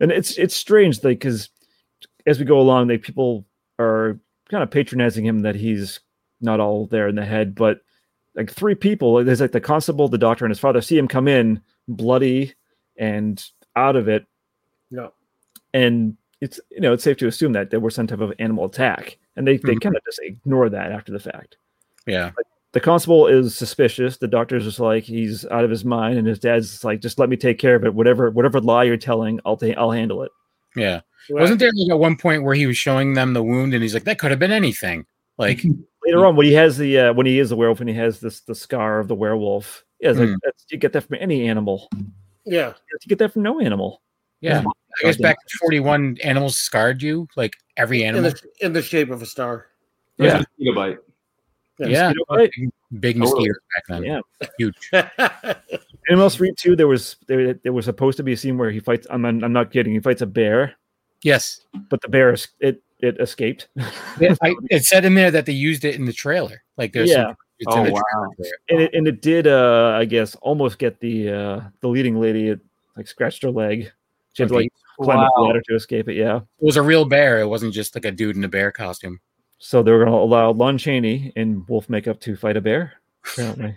Speaker 3: And it's it's strange, like because as we go along, like people are kind of patronizing him that he's not all there in the head, but like three people, like, there's like the constable, the doctor, and his father see him come in bloody and out of it,
Speaker 4: No,
Speaker 3: and it's you know it's safe to assume that there was some type of animal attack, and they they
Speaker 5: Mhm.
Speaker 3: kind of just ignore that after the fact
Speaker 5: Yeah.
Speaker 3: the constable is suspicious. The doctor's just like he's out of his mind, and his dad's just like, "Just let me take care of it. Whatever, whatever lie you're telling, I'll ta- I'll handle it."
Speaker 5: Yeah.
Speaker 4: Right.
Speaker 5: Wasn't there like at one point where he was showing them the wound and he's like, that could have been anything. Like,
Speaker 3: Later on, when he has the uh, when he is the werewolf and he has this the scar of the werewolf, yeah, it's like,
Speaker 5: Hmm.
Speaker 3: that's, you get that from any animal.
Speaker 4: Yeah,
Speaker 3: You get that from no animal.
Speaker 5: yeah.
Speaker 3: Yeah.
Speaker 5: I guess back in 41, animals scarred you, like every
Speaker 4: in
Speaker 5: animal.
Speaker 4: the in the shape of a star.
Speaker 6: There's a
Speaker 3: Yeah.
Speaker 6: mosquito bite.
Speaker 5: yeah.
Speaker 3: mosquito bite.
Speaker 5: Big, big
Speaker 6: Totally.
Speaker 5: mosquitoes back then.
Speaker 3: Yeah.
Speaker 5: Huge.
Speaker 3: Animal Street two, there was there, there was supposed to be a scene where he fights. I'm I'm I'm not kidding. He fights a bear,
Speaker 5: Yes.
Speaker 3: but the bear es- it it escaped. <laughs>
Speaker 5: It, I, it said in there that they used it in the trailer. Like, there's
Speaker 3: yeah,
Speaker 5: some- it's
Speaker 6: Oh,
Speaker 5: in the
Speaker 6: wow.
Speaker 5: trailer there.
Speaker 3: and it and it did uh I guess almost get the uh the leading lady it like scratched her leg. She had to
Speaker 5: Okay.
Speaker 3: like climb up the
Speaker 6: Wow.
Speaker 3: ladder to escape it, yeah.
Speaker 5: It was a real bear. It wasn't just like a dude in a bear costume.
Speaker 3: So they were gonna allow Lon Chaney in wolf makeup to fight a bear, apparently.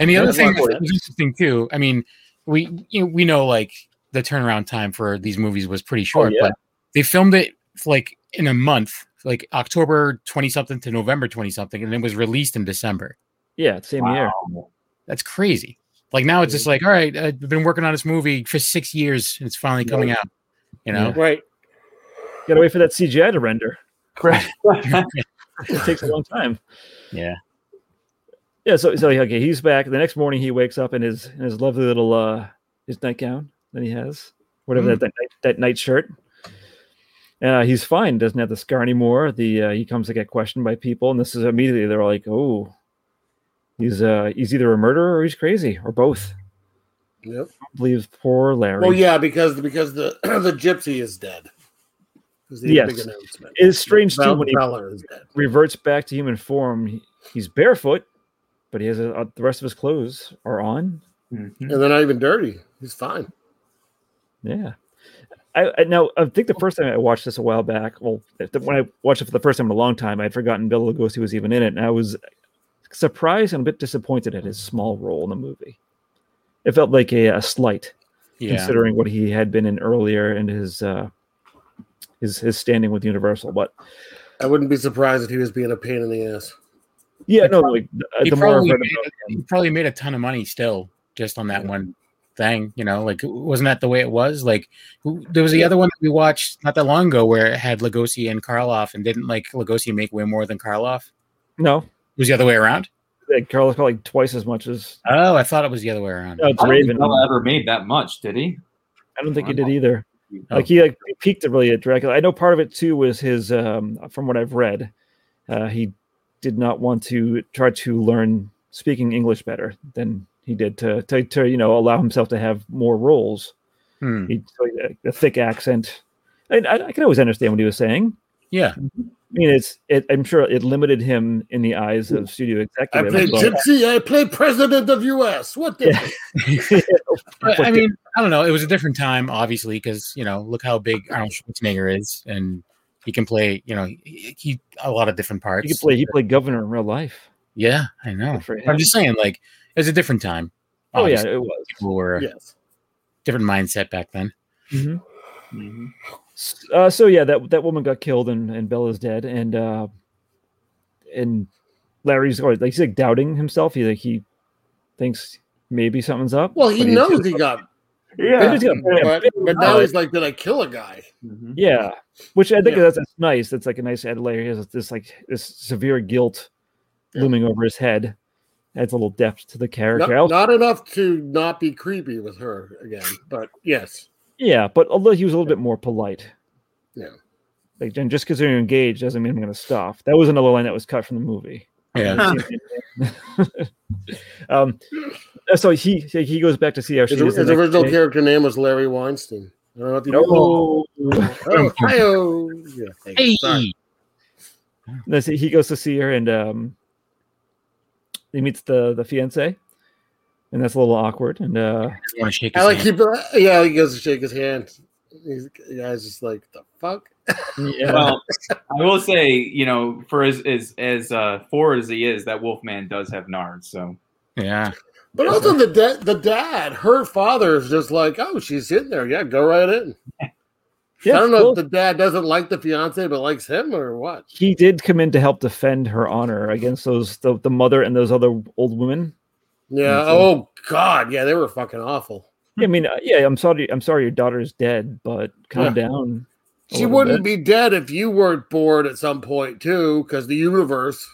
Speaker 5: And the
Speaker 4: Yeah,
Speaker 5: other
Speaker 4: that's
Speaker 5: thing
Speaker 4: why I
Speaker 5: that's interesting too. I mean, we you know, we know like the turnaround time for these movies was pretty short,
Speaker 3: yeah.
Speaker 5: but they filmed it like in a month, like October twenty something to November twenty something, and it was released in December.
Speaker 3: yeah, same year.
Speaker 6: Wow.
Speaker 5: That's crazy. Like now it's just like, all right, I've been working on this movie for six years, and it's finally coming out. You know,
Speaker 4: <laughs> Right.
Speaker 3: Gotta wait for that CGI to render.
Speaker 6: Right.
Speaker 3: <laughs> It takes a long time.
Speaker 5: yeah,
Speaker 3: Yeah, so so okay, he's back. The next morning he wakes up in his in his lovely little uh his nightgown that he has, whatever that,
Speaker 4: Mm-hmm.
Speaker 3: that night- that night shirt. Uh, he's fine. Doesn't have the scar anymore. The uh, he comes to get questioned by people, and this is immediately they're like, "Oh, he's uh he's either a murderer or he's crazy or both."
Speaker 4: Yep.
Speaker 3: Leaves poor Larry.
Speaker 4: Well, yeah, because because the <clears throat> the gypsy is dead. Is the
Speaker 3: Yes.
Speaker 4: big announcement.
Speaker 3: It is strange, too,
Speaker 4: Val-
Speaker 3: when he-
Speaker 4: Valor is dead.
Speaker 3: Reverts back to human form. He- he's barefoot, but he has a, uh, the rest of his clothes are on.
Speaker 6: Mhm.
Speaker 4: and they're not even dirty. He's fine.
Speaker 3: Yeah. I, I now I think the first time I watched this a while back. Well, th- when I watched it for the first time in a long time, I'd forgotten Bill Lugosi was even in it, and I was surprised and a bit disappointed at his small role in the movie. It felt like a, a slight,
Speaker 5: yeah.
Speaker 3: considering what he had been in earlier and his uh, his his standing with Universal. But
Speaker 4: I wouldn't be surprised if he was being a pain in the ass.
Speaker 3: yeah, no, like uh,
Speaker 5: He
Speaker 3: the more I've
Speaker 5: probably,
Speaker 3: read
Speaker 5: made,
Speaker 3: about
Speaker 5: he probably made a ton of money still just on that one thing. You know, like wasn't that the way it was? Like who- there was the other one that we watched not that long ago where it had Lugosi and Karloff, and didn't like Lugosi make way more than Karloff? It
Speaker 3: no,
Speaker 5: was the other way around.
Speaker 3: like Carlos got like twice as much as
Speaker 5: Oh, I thought it was the other way around.
Speaker 3: no, it's
Speaker 6: I don't think
Speaker 3: Raven.
Speaker 6: Bella ever made that much, did he?
Speaker 3: I don't think he did either.
Speaker 5: Oh.
Speaker 3: Like he like he peaked at really at Dracula. I know part of it too was his um from what I've read, uh he did not want to try to learn speaking English better than he did to to, to you know allow himself to have more roles.
Speaker 5: Hmm.
Speaker 3: He so he had a thick accent, and I, I can always understand what he was saying.
Speaker 5: Yeah.
Speaker 3: I mean, it's it, I'm sure it limited him in the eyes of studio
Speaker 4: I
Speaker 3: executives.
Speaker 4: play
Speaker 3: but- <laughs>
Speaker 4: Gypsy. I play President of U.S. What the?
Speaker 3: Yeah.
Speaker 5: But,
Speaker 3: But
Speaker 5: I mean, I don't know. It was a different time, obviously, because you know, look how big Arnold Schwarzenegger is, and he can play. You know, he, he a lot of different parts.
Speaker 3: he could play. He played governor in real life.
Speaker 5: Yeah, I know.
Speaker 3: Good for him.
Speaker 5: I'm just saying, like, it was a different time.
Speaker 3: Oh yeah,
Speaker 5: Obviously,
Speaker 3: it was.
Speaker 5: people were
Speaker 4: Yes.
Speaker 5: different mindset back then.
Speaker 3: Mhm.
Speaker 4: Mm-hmm.
Speaker 6: Mhm.
Speaker 3: S- Uh, so yeah, that that woman got killed, and and Bella's dead, and uh, and Larry's or like he's like doubting himself. He like he thinks maybe something's up.
Speaker 4: Well, he
Speaker 3: but he's-
Speaker 4: knows he got,
Speaker 6: Yeah.
Speaker 3: he's got a
Speaker 4: but,
Speaker 3: big
Speaker 4: but now
Speaker 3: eye.
Speaker 4: he's like, did I kill a guy?
Speaker 6: Mhm.
Speaker 3: yeah, which I think
Speaker 4: Yeah.
Speaker 3: that's, that's nice. That's like a nice added layer. He has this like this severe guilt
Speaker 4: Yeah.
Speaker 3: looming over his head. Adds a little depth to the
Speaker 4: No-
Speaker 3: character. I
Speaker 4: Not,
Speaker 3: also-
Speaker 4: enough to not be creepy with her again, but yes,
Speaker 3: Yeah, but although he was a little bit more polite.
Speaker 4: Yeah.
Speaker 3: Like, and just because you're engaged doesn't mean I'm going to stop. That was another line that was cut from the movie.
Speaker 5: Yeah,
Speaker 3: <laughs> um, so he he goes back to see how she
Speaker 4: his,
Speaker 3: is. the
Speaker 4: his
Speaker 3: next
Speaker 4: original
Speaker 3: day.
Speaker 4: character name was Larry Weinstein. I don't know if
Speaker 3: <laughs>
Speaker 4: you
Speaker 3: No.
Speaker 4: Oh, hi-oh. Yeah, thank you.
Speaker 5: hey,
Speaker 4: Sorry.
Speaker 3: Let's see, he goes to see her and um, he meets the the fiance, and that's a little awkward. And uh,
Speaker 5: I want to shake his
Speaker 4: I like
Speaker 5: hand.
Speaker 4: keep. Yeah, he goes to shake his hand. He's, the guy's just like the fuck.
Speaker 3: yeah,
Speaker 6: Well, I will say, you know, for as as as uh, four as he is, that Wolfman does have Nard. So
Speaker 5: Yeah,
Speaker 4: But also the da- the dad, her father is just like, oh, she's in there. Yeah, go right in.
Speaker 3: <laughs> yeah,
Speaker 4: I don't know
Speaker 3: well,
Speaker 4: if the dad doesn't like the fiance but likes him or what.
Speaker 3: he did come in to help defend her honor against those the, the mother and those other old women.
Speaker 4: Yeah.
Speaker 3: Mhm.
Speaker 4: Oh God. Yeah, they were fucking awful.
Speaker 3: I mean, uh, yeah, I'm sorry, I'm sorry, your daughter's dead, but calm down. a
Speaker 4: She
Speaker 3: little
Speaker 4: wouldn't be dead if you weren't bored at some point too, because the universe.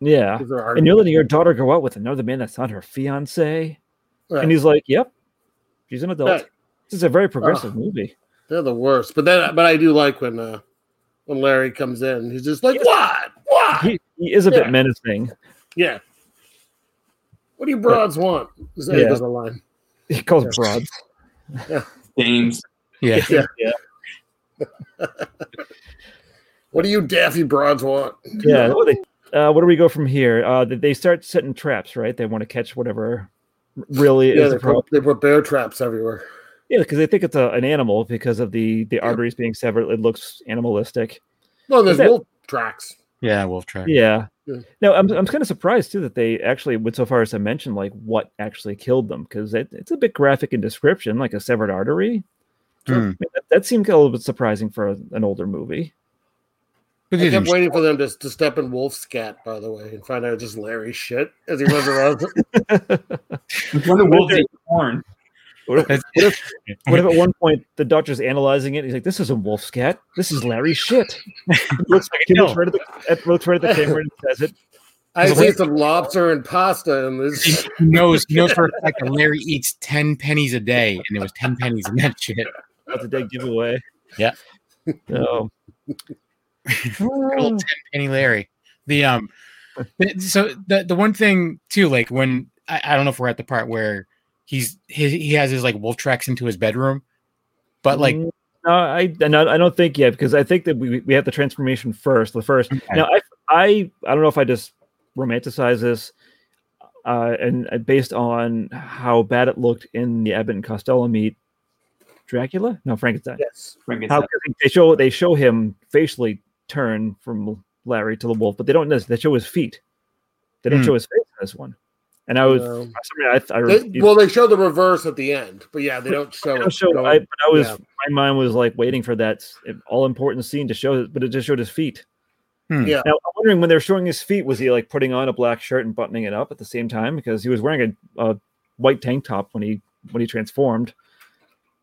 Speaker 3: bit. Yeah,
Speaker 4: is our-
Speaker 3: and you're letting your daughter go out with another man that's not her fiance.
Speaker 4: Right.
Speaker 3: And he's like, "Yep, she's an adult."
Speaker 4: Right.
Speaker 3: This is a very progressive movie.
Speaker 4: They're the worst. But then, but I do like when uh, when Larry comes in. He's just like,
Speaker 3: Yeah.
Speaker 4: what? What?
Speaker 3: He, he is a
Speaker 4: Yeah.
Speaker 3: bit menacing.
Speaker 4: yeah. What do you broads want? Is that
Speaker 3: Yeah.
Speaker 4: there's a line?
Speaker 3: He calls
Speaker 4: Yeah.
Speaker 3: broad.
Speaker 4: <laughs>
Speaker 6: James,
Speaker 3: <laughs>
Speaker 5: yeah.
Speaker 4: Yeah. What do you daffy broads want?
Speaker 3: Yeah. What do they- uh, where do we go from here? Uh, they- they start setting traps, right? They want to catch whatever really
Speaker 4: Yeah,
Speaker 3: is
Speaker 4: they
Speaker 3: a problem.
Speaker 4: put, they put bear traps everywhere.
Speaker 3: Yeah, because they think it's a, an animal because of the the arteries being severed. It looks animalistic.
Speaker 4: No, there's
Speaker 3: Is that-
Speaker 4: wolf tracks.
Speaker 5: yeah. Wolf track.
Speaker 3: Yeah.
Speaker 4: Yeah.
Speaker 3: No, I'm I'm kind of surprised too that they actually went so far as to mention like what actually killed them because it, it's a bit graphic in description, like a severed artery.
Speaker 5: Hmm.
Speaker 3: I mean, that, that seemed a little bit surprising for an older movie.
Speaker 4: I
Speaker 5: But they
Speaker 4: kept
Speaker 5: didn't-
Speaker 4: waiting for them to, to step in wolf scat, by the way, and find out it's just Larry shit as he
Speaker 3: <laughs>
Speaker 4: runs around.
Speaker 6: when the wolves eat corn,
Speaker 3: What if,
Speaker 5: That's-
Speaker 3: what if at one point the doctor's analyzing it? He's like, "This is a wolf scat. This is Larry's shit." <laughs> looks like he looks
Speaker 5: No.
Speaker 3: right at the at- looks right at the camera and says it.
Speaker 4: I
Speaker 5: There's a
Speaker 4: see
Speaker 5: wolf-
Speaker 4: some lobster and pasta in
Speaker 5: he
Speaker 4: this.
Speaker 5: knows
Speaker 3: <laughs>
Speaker 5: he knows for a fact that Larry eats ten pennies a day, and there was ten pennies in that shit.
Speaker 3: That's a dead giveaway.
Speaker 5: Yeah.
Speaker 3: So,
Speaker 5: Good
Speaker 3: Mm.
Speaker 5: old 10 penny Larry.
Speaker 3: <laughs>
Speaker 5: The um, th- so the the one thing too, like when I, I don't know if we're at the part where he's he, he has his like wolf tracks into his bedroom, but like
Speaker 3: Mm, no, I and I I don't think yet because I think that we we have the transformation first. The first
Speaker 5: Okay.
Speaker 3: now, I I I don't know if I just romanticize this, uh, and uh, based on how bad it looked in the Abbott and Costello meet Dracula, no Frankenstein.
Speaker 4: yes.
Speaker 3: How
Speaker 6: Frankenstein.
Speaker 3: they show they show him facially turn from Larry to the wolf, but they don't this. They show his feet. They don't
Speaker 5: Hmm.
Speaker 3: show his face in this one. And I was
Speaker 4: No.
Speaker 3: for some reason, I, I,
Speaker 4: They- well, they show the reverse at the end, but yeah, they don't show
Speaker 3: I
Speaker 4: it.
Speaker 3: don't show.
Speaker 4: going-
Speaker 3: I, but I was
Speaker 4: yeah.
Speaker 3: my mind was like waiting for that all important scene to show, but it just showed his feet.
Speaker 5: Hmm.
Speaker 4: Yeah.
Speaker 3: Now I'm wondering when they were showing his feet, was he like putting on a black shirt and buttoning it up at the same time because he was wearing a, a white tank top when he when he transformed,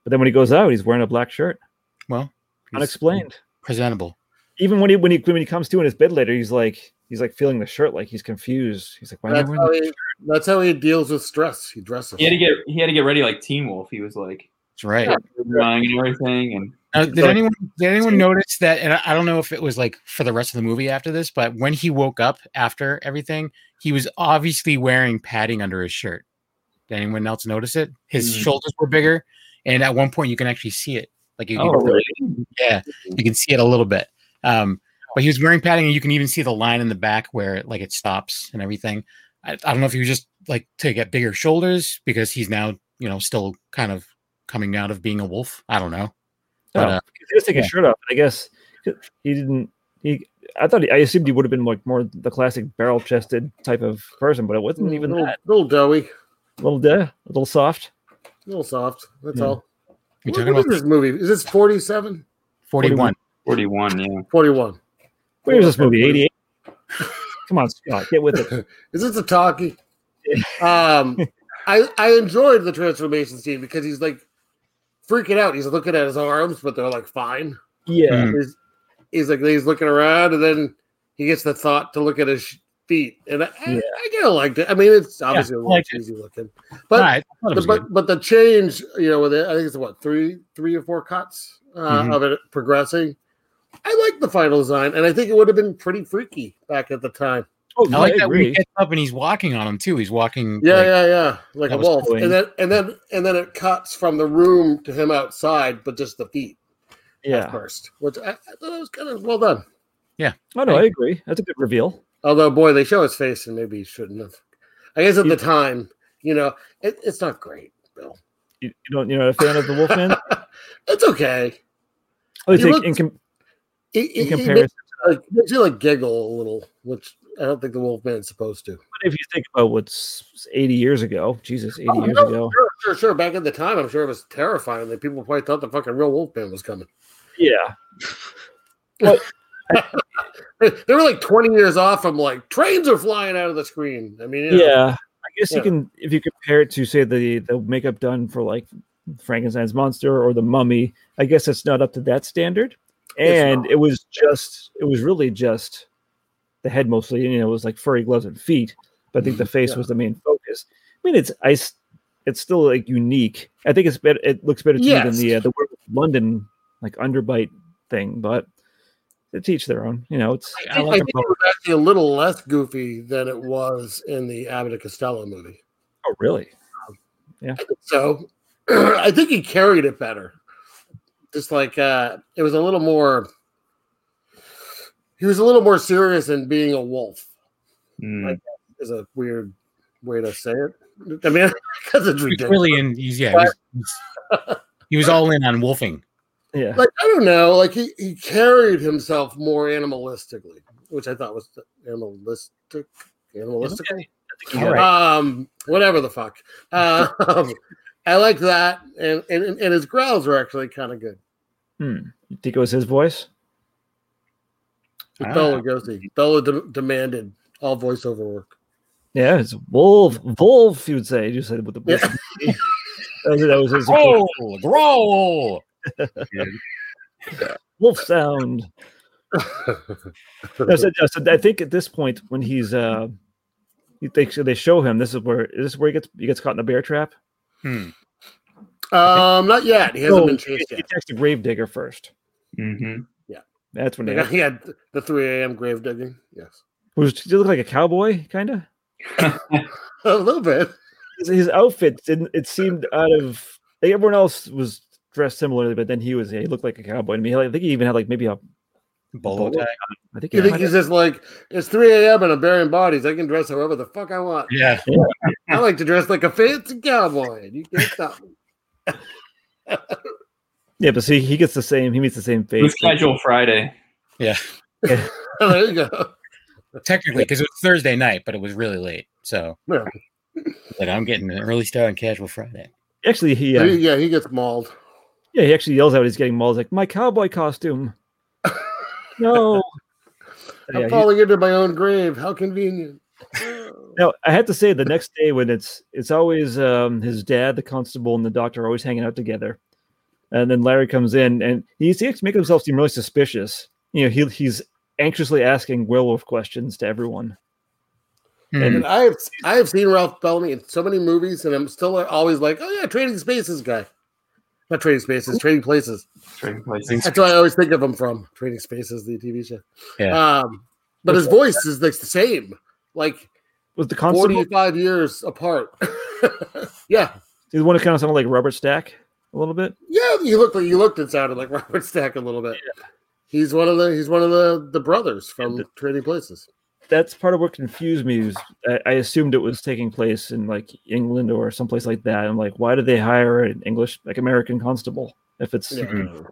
Speaker 3: but then when he goes out, he's wearing a black shirt.
Speaker 5: well, he's
Speaker 3: Unexplained.
Speaker 5: presentable.
Speaker 3: Even when he when he when he comes to in his bed later, he's like he's like feeling the shirt, like he's confused. He's like, why am I
Speaker 4: that's,
Speaker 3: wearing
Speaker 4: how
Speaker 3: that?
Speaker 4: he, that's how he deals with stress. He dresses.
Speaker 6: He had to get he had to get ready like Teen Wolf. He was like
Speaker 5: That's right.
Speaker 6: drawing and everything, and
Speaker 5: Now, did
Speaker 3: So-
Speaker 5: anyone did anyone notice that? And I- I don't know if it was like for the rest of the movie after this, but when he woke up after everything, he was obviously wearing padding under his shirt. Did anyone else notice it? His
Speaker 6: Mm.
Speaker 5: shoulders were bigger, and at one point you can actually see it. Like you,
Speaker 6: Oh,
Speaker 5: can,
Speaker 6: really?
Speaker 5: yeah, you can see it a little bit. Um, but he was wearing padding, and you can even see the line in the back where like it stops and everything. I, I don't know if he was just like to get bigger shoulders because he's now you know still kind of coming out of being a wolf. I don't
Speaker 4: Oh.
Speaker 5: know. But,
Speaker 3: No,
Speaker 5: uh,
Speaker 3: Oh, because he was taking
Speaker 5: yeah.
Speaker 3: his shirt off. I guess he didn't. He, I thought he, I assumed he would have been like more the classic barrel chested type of person, but it wasn't even
Speaker 4: little,
Speaker 3: that.
Speaker 4: little doughy,
Speaker 3: little duh, a little soft.
Speaker 4: little soft. That's
Speaker 5: Yeah.
Speaker 4: all.
Speaker 5: You're
Speaker 4: What-
Speaker 5: talking
Speaker 4: what is
Speaker 5: about
Speaker 4: this movie? Is this 47?
Speaker 5: 41.
Speaker 6: 41, yeah.
Speaker 4: 41.
Speaker 3: What year was this movie? Eighty eight. Come on, Scott, get
Speaker 4: <laughs>
Speaker 3: with it.
Speaker 4: Is this a talkie?
Speaker 5: <laughs>
Speaker 4: um, I I enjoyed the transformation scene because he's like freaking out. He's looking at his arms, but they're like fine.
Speaker 3: Yeah,
Speaker 5: Mm.
Speaker 4: He's, he's like he's looking around, and then he gets the thought to look at his sh- feet, and I, I,
Speaker 3: Yeah.
Speaker 4: I kind of liked it. I mean, it's obviously
Speaker 5: I
Speaker 4: a little
Speaker 5: liked it.
Speaker 4: cheesy looking, but
Speaker 5: Alright, I thought
Speaker 4: the,
Speaker 5: it was
Speaker 4: but, but the change, you know, with it, I think it's what three three or four cuts uh,
Speaker 5: Mhm.
Speaker 4: of it progressing. I like the final design, and I think it would have been pretty freaky back at the time.
Speaker 3: oh,
Speaker 5: good. I like that when he gets up and he's walking on him too. He's walking.
Speaker 4: Yeah,
Speaker 5: like,
Speaker 4: yeah, yeah, like a
Speaker 5: that was
Speaker 4: wolf.
Speaker 3: cool.
Speaker 4: And then and then and then it cuts from the room to him outside, but just the feet
Speaker 3: yeah.
Speaker 4: first, which I, I thought was kind of well done.
Speaker 3: Oh no, I agree. That's a good reveal.
Speaker 4: Although, boy, they show his face, and maybe he shouldn't have. I guess at
Speaker 3: Yeah.
Speaker 4: the time, you know, it, it's not great, Bill.
Speaker 3: You, you don't, you're not a fan of the
Speaker 4: <laughs>
Speaker 3: Wolfman?
Speaker 4: It's okay.
Speaker 3: Oh, you
Speaker 4: He
Speaker 3: think
Speaker 4: looks-
Speaker 3: in, com-
Speaker 4: It,
Speaker 3: in
Speaker 4: it, it
Speaker 3: comparison,
Speaker 4: like, makes you like giggle a little, which I don't think the Wolfman's supposed to.
Speaker 3: but if you think about what's 80 years ago, Jesus, 80
Speaker 4: Oh,
Speaker 3: years
Speaker 4: no,
Speaker 3: ago.
Speaker 4: Sure, sure, sure. Back at the time, I'm sure it was terrifying. That people probably thought the fucking real Wolfman was coming.
Speaker 3: Yeah.
Speaker 4: They were like 20 years off from like trains are flying out of the screen. I mean, you
Speaker 3: Yeah.
Speaker 4: know,
Speaker 3: I guess
Speaker 4: Yeah.
Speaker 3: you can, if you compare it to, say, the, the makeup done for like Frankenstein's Monster or The Mummy, I guess it's not up to that standard.
Speaker 4: It's
Speaker 3: And it was just, it was really just the head mostly. And, you know, it was like furry gloves and feet. But I
Speaker 4: <laughs>
Speaker 3: think the face
Speaker 4: Yeah.
Speaker 3: was the main focus. I mean, it's, I, s- it's still like unique. I think it's better, it looks better to me
Speaker 4: Yes.
Speaker 3: than the, uh, the Werewolf London like underbite thing, but to teach their own, you know, it's,
Speaker 4: I
Speaker 5: I
Speaker 4: think,
Speaker 5: like
Speaker 4: I
Speaker 5: them
Speaker 4: think it was actually a little less goofy than it was in the Abbott and Costello movie.
Speaker 3: oh, really?
Speaker 4: I think so <clears throat> I think he carried it better. Just like uh, it was a little more. He was a little more serious in being a wolf.
Speaker 6: Mm.
Speaker 4: Is a weird way to say it. I mean, <laughs> because it's
Speaker 5: He was
Speaker 4: ridiculous.
Speaker 5: really in. He's, yeah, he was,
Speaker 4: <laughs>
Speaker 5: he's- he was all in on wolfing.
Speaker 3: Yeah.
Speaker 4: like I don't know, like he, he carried himself more animalistically, which I thought was animalistic, animalistic,
Speaker 5: All right.
Speaker 4: um, whatever the fuck. Um, I like that, and and and his growls were actually kind of good.
Speaker 3: You think it was his voice?
Speaker 5: Ah.
Speaker 4: Bella Lugosi, Bella de- demanded all voiceover work.
Speaker 3: Yeah, it's wolf, wolf. You would say you said with the wolf. <laughs> that was, that was his
Speaker 4: Oh!
Speaker 5: Growl, growl.
Speaker 3: wolf sound. No, so- no, so I think at this point when he's uh, you think so they show him this is where this is where he gets he gets caught in a bear trap.
Speaker 5: Hmm.
Speaker 4: um, not yet. He hasn't
Speaker 3: No,
Speaker 4: been
Speaker 3: he,
Speaker 4: chased
Speaker 3: he
Speaker 4: yet.
Speaker 3: takes the grave digger first.
Speaker 6: hmm
Speaker 3: That's when
Speaker 4: He
Speaker 3: he
Speaker 4: had, he had the 3 a.m. grave digging. Yes, <laughs>
Speaker 3: was. Did he look like a cowboy? Kind of.
Speaker 4: a little bit.
Speaker 3: His, his outfit didn't. It seemed out of. Like everyone else was dressed similarly, but then he was. Yeah, he looked like a cowboy. I mean, I think he even had like maybe a.
Speaker 5: Bolo
Speaker 3: Bolo.
Speaker 5: tie.
Speaker 3: I think.
Speaker 4: You
Speaker 3: he
Speaker 4: think
Speaker 3: had-
Speaker 4: he's just like it's 3 a.m. and I'm burying bodies. I can dress however the fuck I want.
Speaker 5: Yeah.
Speaker 4: I like to dress like a fancy cowboy. and You can't stop me.
Speaker 3: yeah, but see, he gets the same. He meets the same
Speaker 6: It was
Speaker 3: fate.
Speaker 6: casual Friday.
Speaker 4: <laughs> there you go.
Speaker 5: Technically, because it was Thursday night, but it was really late. So
Speaker 4: Yeah.
Speaker 5: but I'm getting an early start on casual Friday.
Speaker 3: Actually, he.
Speaker 4: Yeah,
Speaker 3: Uh,
Speaker 4: he, yeah, he gets mauled.
Speaker 3: Yeah, he actually yells out he's getting mauled. He's like, my cowboy costume. no.
Speaker 4: I'm
Speaker 3: Yeah, he-
Speaker 4: falling into my own grave. How convenient. Oh.
Speaker 3: now, I have to say, the next day when it's it's always um, his dad, the constable, and the doctor are always hanging out together. And then Larry comes in and he seems to make himself seem really suspicious. You know, he, he's anxiously asking werewolf questions to everyone.
Speaker 4: And I have I have seen Ralph Bellamy in so many movies, and I'm still always like, oh yeah, Trading Spaces guy. Not Trading Spaces, Trading Places.
Speaker 6: Trading
Speaker 5: Thanks.
Speaker 6: places.
Speaker 4: That's what I always think of him from. Trading Spaces, the TV show.
Speaker 5: Yeah.
Speaker 4: Um, but his voice is like the same. Like
Speaker 3: Was the constable?
Speaker 4: Forty-five years apart. <laughs> yeah,
Speaker 3: Did one kind of sound like Robert Stack a little bit?
Speaker 4: yeah. You looked like you looked and sounded like <laughs> Robert Stack a little bit. He's one of the he's one of the the brothers from Trading Places.
Speaker 3: That's part of what confused me. Was I, I assumed it was taking place in like England or someplace like that. I'm like, why did they hire an English like American constable if it's
Speaker 4: Yeah.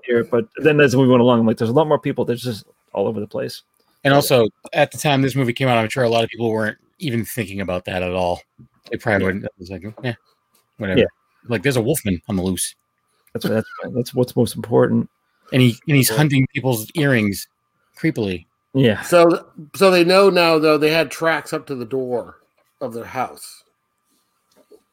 Speaker 3: here? But then as we went along, I'm like, there's a lot more people. There's just all over the place.
Speaker 5: And also, at the time this movie came out, I'm sure a lot of people weren't even thinking about that at all. They probably wouldn't. It was like, yeah, whatever.
Speaker 3: Yeah.
Speaker 5: Like, there's a wolfman on the loose,
Speaker 3: That's that's that's what's most important.
Speaker 5: and he and he's hunting people's earrings creepily.
Speaker 3: Yeah.
Speaker 4: So so they know now though they had tracks up to the door of their house.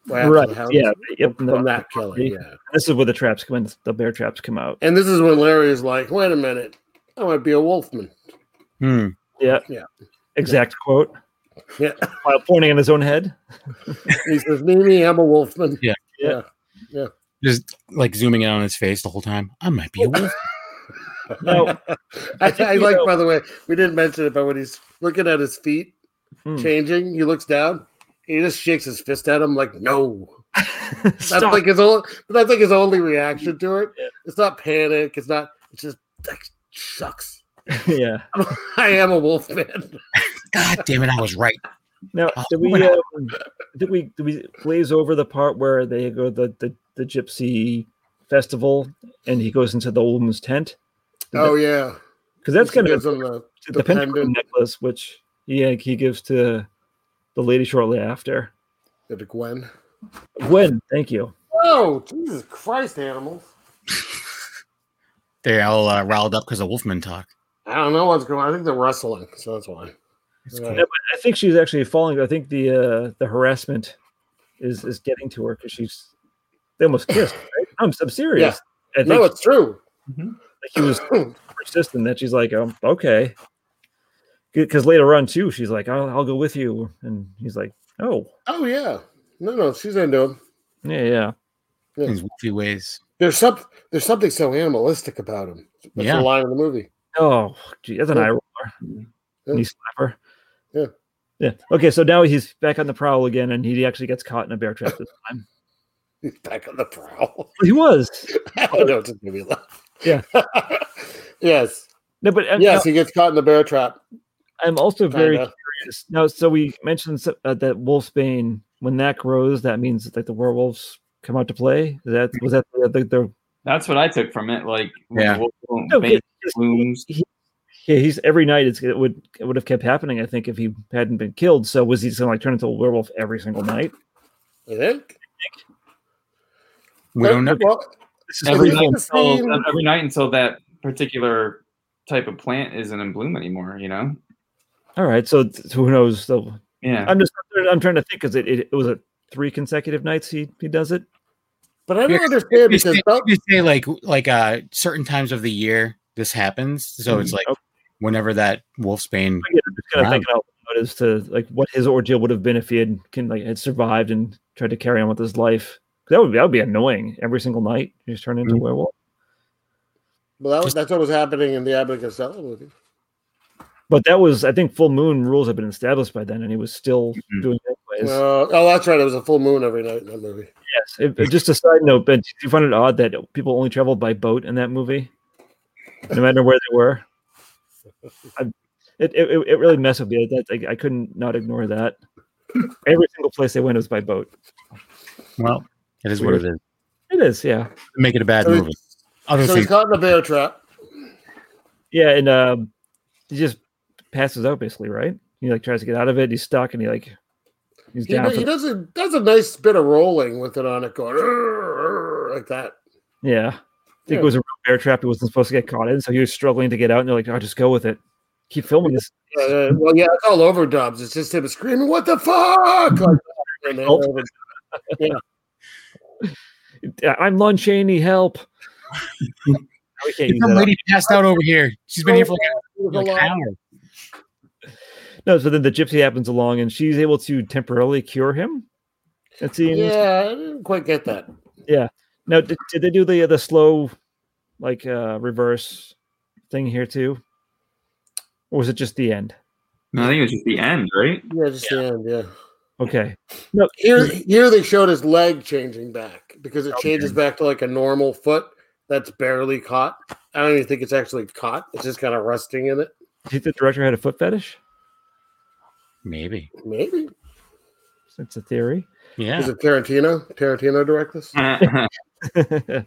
Speaker 4: Right. after
Speaker 3: Right.
Speaker 4: the house
Speaker 3: Yeah. Yep. no.
Speaker 4: From that killing, yeah.
Speaker 3: This is where the traps come in. The bear traps come out.
Speaker 4: And this is when Larry is like, "Wait a minute, I might be a wolfman."
Speaker 5: Hmm.
Speaker 3: Yeah.
Speaker 4: Yeah.
Speaker 3: Exact quote.
Speaker 4: Yeah.
Speaker 3: While pointing at his own head. <laughs>
Speaker 4: He says, "Mimi, I'm a wolfman."
Speaker 5: Yeah.
Speaker 4: yeah.
Speaker 5: Just like zooming in on his face the whole time. I might be a wolf.
Speaker 3: No.
Speaker 4: <laughs> I,
Speaker 3: think
Speaker 4: I
Speaker 3: you
Speaker 4: like,
Speaker 3: know-
Speaker 4: by the way, we didn't mention it, but when he's looking at his feet
Speaker 3: Hmm.
Speaker 4: changing, he looks down. He just shakes his fist at him like, "No." That's
Speaker 3: Stop.
Speaker 4: like his only. That's like his only reaction to it.
Speaker 3: Yeah.
Speaker 4: It's not panic. It's not. It's just like shucks.
Speaker 3: yeah.
Speaker 4: <laughs> I am a
Speaker 3: <laughs>
Speaker 4: wolf man.
Speaker 5: God damn it, I was right.
Speaker 3: Now,
Speaker 5: Oh,
Speaker 3: did we
Speaker 5: what
Speaker 3: um, did we did we glaze over the part where they go to the the, the gypsy festival and he goes into the woman's tent?
Speaker 4: Oh yeah,
Speaker 3: Because that's
Speaker 4: He
Speaker 3: kind of
Speaker 4: gives him the-
Speaker 3: the, the pentagram
Speaker 4: pendant.
Speaker 3: necklace, which he uh, he gives to the lady shortly after.
Speaker 4: the Gwen.
Speaker 3: Gwen, thank you.
Speaker 4: Oh Jesus Christ, animals!
Speaker 5: They're all uh, riled up because of wolfman talk.
Speaker 4: I don't know what's going. on. I think they're wrestling, so that's why.
Speaker 5: It's
Speaker 4: Yeah.
Speaker 5: cool.
Speaker 3: I think she's actually falling. I think the uh, the harassment is is getting to her because she's they almost kissed. Right? I'm, I'm serious. I think
Speaker 4: No, it's true.
Speaker 3: he was persistent that she's like, um, okay. Because later on, too, she's like, I'll, I'll go with you. And he's like, oh,
Speaker 4: <clears throat> Oh yeah. No, no, she's into him.
Speaker 3: yeah, yeah.
Speaker 5: His wolfy ways.
Speaker 4: There's some. There's something so animalistic about him. That's
Speaker 5: Yeah.
Speaker 4: the line of the movie.
Speaker 3: Oh, gee, that's an
Speaker 4: Yeah.
Speaker 3: eye roller.
Speaker 4: Yeah.
Speaker 3: Knee slapper.
Speaker 4: Yeah.
Speaker 3: Yeah. Okay, so now he's back on the prowl again, and he actually gets caught in a bear
Speaker 4: <laughs>
Speaker 3: trap this time.
Speaker 4: He's back on the prowl. <laughs>
Speaker 3: He was.
Speaker 4: I don't know. It just made me laugh.
Speaker 3: Yeah.
Speaker 4: <laughs> yes.
Speaker 3: No, but uh,
Speaker 4: Yes, he gets caught in the bear trap.
Speaker 3: I'm also very
Speaker 4: Kinda.
Speaker 3: curious. Now, so we mentioned so- uh, that Wolfsbane, when that grows, that means that, like the werewolves come out to play. Is that was that the, the, the
Speaker 6: That's what I took from it. Like, when
Speaker 5: Yeah.
Speaker 6: the wolf-
Speaker 3: No,
Speaker 6: bane
Speaker 3: it- it's-
Speaker 6: blooms.
Speaker 3: Yeah, he's every night. It's, it would it would have kept happening. I think if he hadn't been killed. So was he just gonna like turn into a werewolf every single night?
Speaker 4: I think.
Speaker 5: We don't know.
Speaker 4: Well,
Speaker 3: This is
Speaker 6: every
Speaker 4: Is
Speaker 6: night,
Speaker 4: it the
Speaker 6: until,
Speaker 4: same-
Speaker 6: every night until that particular type of plant isn't in bloom anymore. You know?
Speaker 3: all right. So, th- who knows? So
Speaker 6: Yeah.
Speaker 3: I'm just I'm trying to think because it, it, it was a three consecutive nights he he does it.
Speaker 4: but I
Speaker 5: Yeah,
Speaker 4: don't understand
Speaker 5: You
Speaker 4: because
Speaker 5: say,
Speaker 4: some-
Speaker 5: you say like like uh certain times of the year this happens. So
Speaker 4: Mm-hmm.
Speaker 5: it's like
Speaker 3: Okay.
Speaker 5: whenever that wolfsbane
Speaker 3: I'm just kind of
Speaker 5: Wow.
Speaker 3: thinking out loud as to like what his ordeal would have been if he had can like had survived and tried to carry on with his life. That would be, that would be annoying every single night. You just turn into a werewolf.
Speaker 4: well, that was, that's what was happening in the Abbott and Costello movie.
Speaker 3: But that was I think full moon rules had been established by then, and he was still
Speaker 6: Mhm.
Speaker 3: doing it anyways.
Speaker 4: No, oh, that's right. It was a full moon every night in that movie.
Speaker 3: Yes. It, it- just a side note, but do you find it odd that people only traveled by boat in that movie, no matter where they were? I, it, it it really messed with me. That I, I couldn't not ignore that. Every single place they went was by boat.
Speaker 5: well, it is what it is.
Speaker 3: It is, yeah,
Speaker 5: Make it a bad
Speaker 4: So
Speaker 5: movie.
Speaker 4: he's,
Speaker 5: Other
Speaker 4: so
Speaker 5: things
Speaker 4: he's caught in a bear trap.
Speaker 3: yeah, and um, he just passes out basically, right? He like tries to get out of it. He's stuck, and he like he's
Speaker 4: He,
Speaker 3: down.
Speaker 4: do-
Speaker 3: for
Speaker 4: he
Speaker 3: the-
Speaker 4: does a does a nice bit of rolling with it on it going "Arr, arr," like that.
Speaker 3: yeah, I think
Speaker 4: Yeah.
Speaker 3: it was a real bear trap. He wasn't supposed to get caught in, so he was struggling to get out. And they're like, "Oh, just go with it. Keep filming this."
Speaker 4: Uh, well, yeah, it's all overdubs. It's just him screaming, "What the fuck!" Like, and then
Speaker 3: Oh.
Speaker 4: over-
Speaker 3: I'm Lon Chaney. Help! we can't use
Speaker 5: Some
Speaker 3: that.
Speaker 5: lady passed out over here. She's been here for
Speaker 4: There's a
Speaker 5: like, like an
Speaker 4: lot.
Speaker 5: hour.
Speaker 3: No, so then the gypsy happens along and she's able to temporarily cure him. It seems.
Speaker 4: Yeah, I didn't quite get that.
Speaker 3: Now, did, did they do the the slow, uh, like uh reverse thing here too, or was it just the end?
Speaker 6: No, I think it was just the end, right? <laughs>
Speaker 4: Yeah, just the end. Yeah.
Speaker 3: Okay.
Speaker 4: Here, here they showed his leg changing back because
Speaker 5: Oh,
Speaker 4: it changes back to like a normal foot that's barely caught. I don't even think it's actually caught. It's just kind of rusting in it.
Speaker 3: Do you think the director had a foot fetish?
Speaker 5: Maybe.
Speaker 4: Maybe.
Speaker 3: That's a theory.
Speaker 5: Yeah.
Speaker 4: Is it Tarantino? Tarantino direct this?
Speaker 3: <laughs>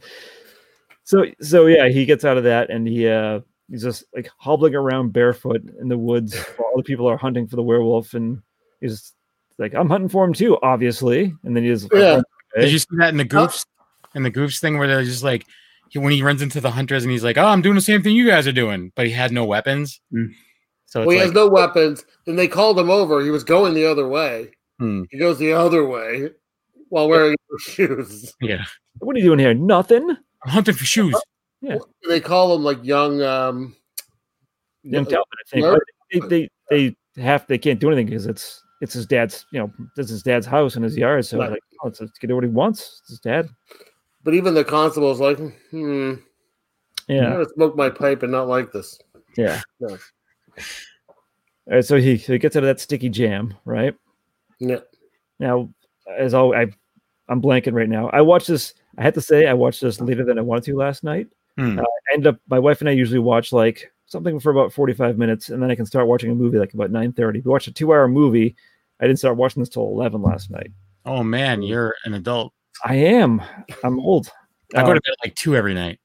Speaker 3: so so yeah, he gets out of that and he uh he's just like hobbling around barefoot in the
Speaker 4: <laughs>
Speaker 3: woods while all the people are hunting for the werewolf and he's just like I'm hunting for him too, obviously. And then he just
Speaker 4: Yeah.
Speaker 5: Did you see that in the goofs? In the goofs thing where they're just like he, when he runs into the hunters and he's like, "Oh, I'm doing the same thing you guys are doing," but he had no weapons.
Speaker 6: Mm.
Speaker 5: So it's
Speaker 4: Well, he
Speaker 5: like,
Speaker 4: has no weapons, and they called him over. He was going the other way.
Speaker 5: Hmm.
Speaker 4: He goes the other way while wearing no <laughs> shoes.
Speaker 5: yeah,
Speaker 3: what are you doing here? Nothing.
Speaker 5: I'm hunting for shoes.
Speaker 4: They call him like young. um
Speaker 3: Young
Speaker 4: yeah,
Speaker 3: Talbot, I think.
Speaker 4: Larry-
Speaker 3: But They, they they have they can't do anything because it's it's his dad's, you know, this is his dad's house and his yard. So
Speaker 4: Right.
Speaker 3: like, oh, it's, it's can do what he wants. It's his dad.
Speaker 4: But even the constable's like, hmm, I'm
Speaker 3: Yeah.
Speaker 4: gonna smoke my pipe and not like this.
Speaker 3: Yeah.
Speaker 4: No.
Speaker 3: All right, so he, he gets out of that sticky jam, right?
Speaker 4: Yeah.
Speaker 3: Now, as all I, I'm blanking right now. I watched this. I had to say I watched this later than I wanted to last night.
Speaker 5: Hmm.
Speaker 3: Uh, I end up my wife and I usually watch like something for about 45 minutes, and then I can start watching a movie like about 9:30. We watched a two-hour movie. I didn't start watching this till 11 last night.
Speaker 5: Oh man, you're an adult.
Speaker 3: I am. I'm old.
Speaker 5: I go
Speaker 4: Oh.
Speaker 3: Um,
Speaker 5: to bed at like two every night.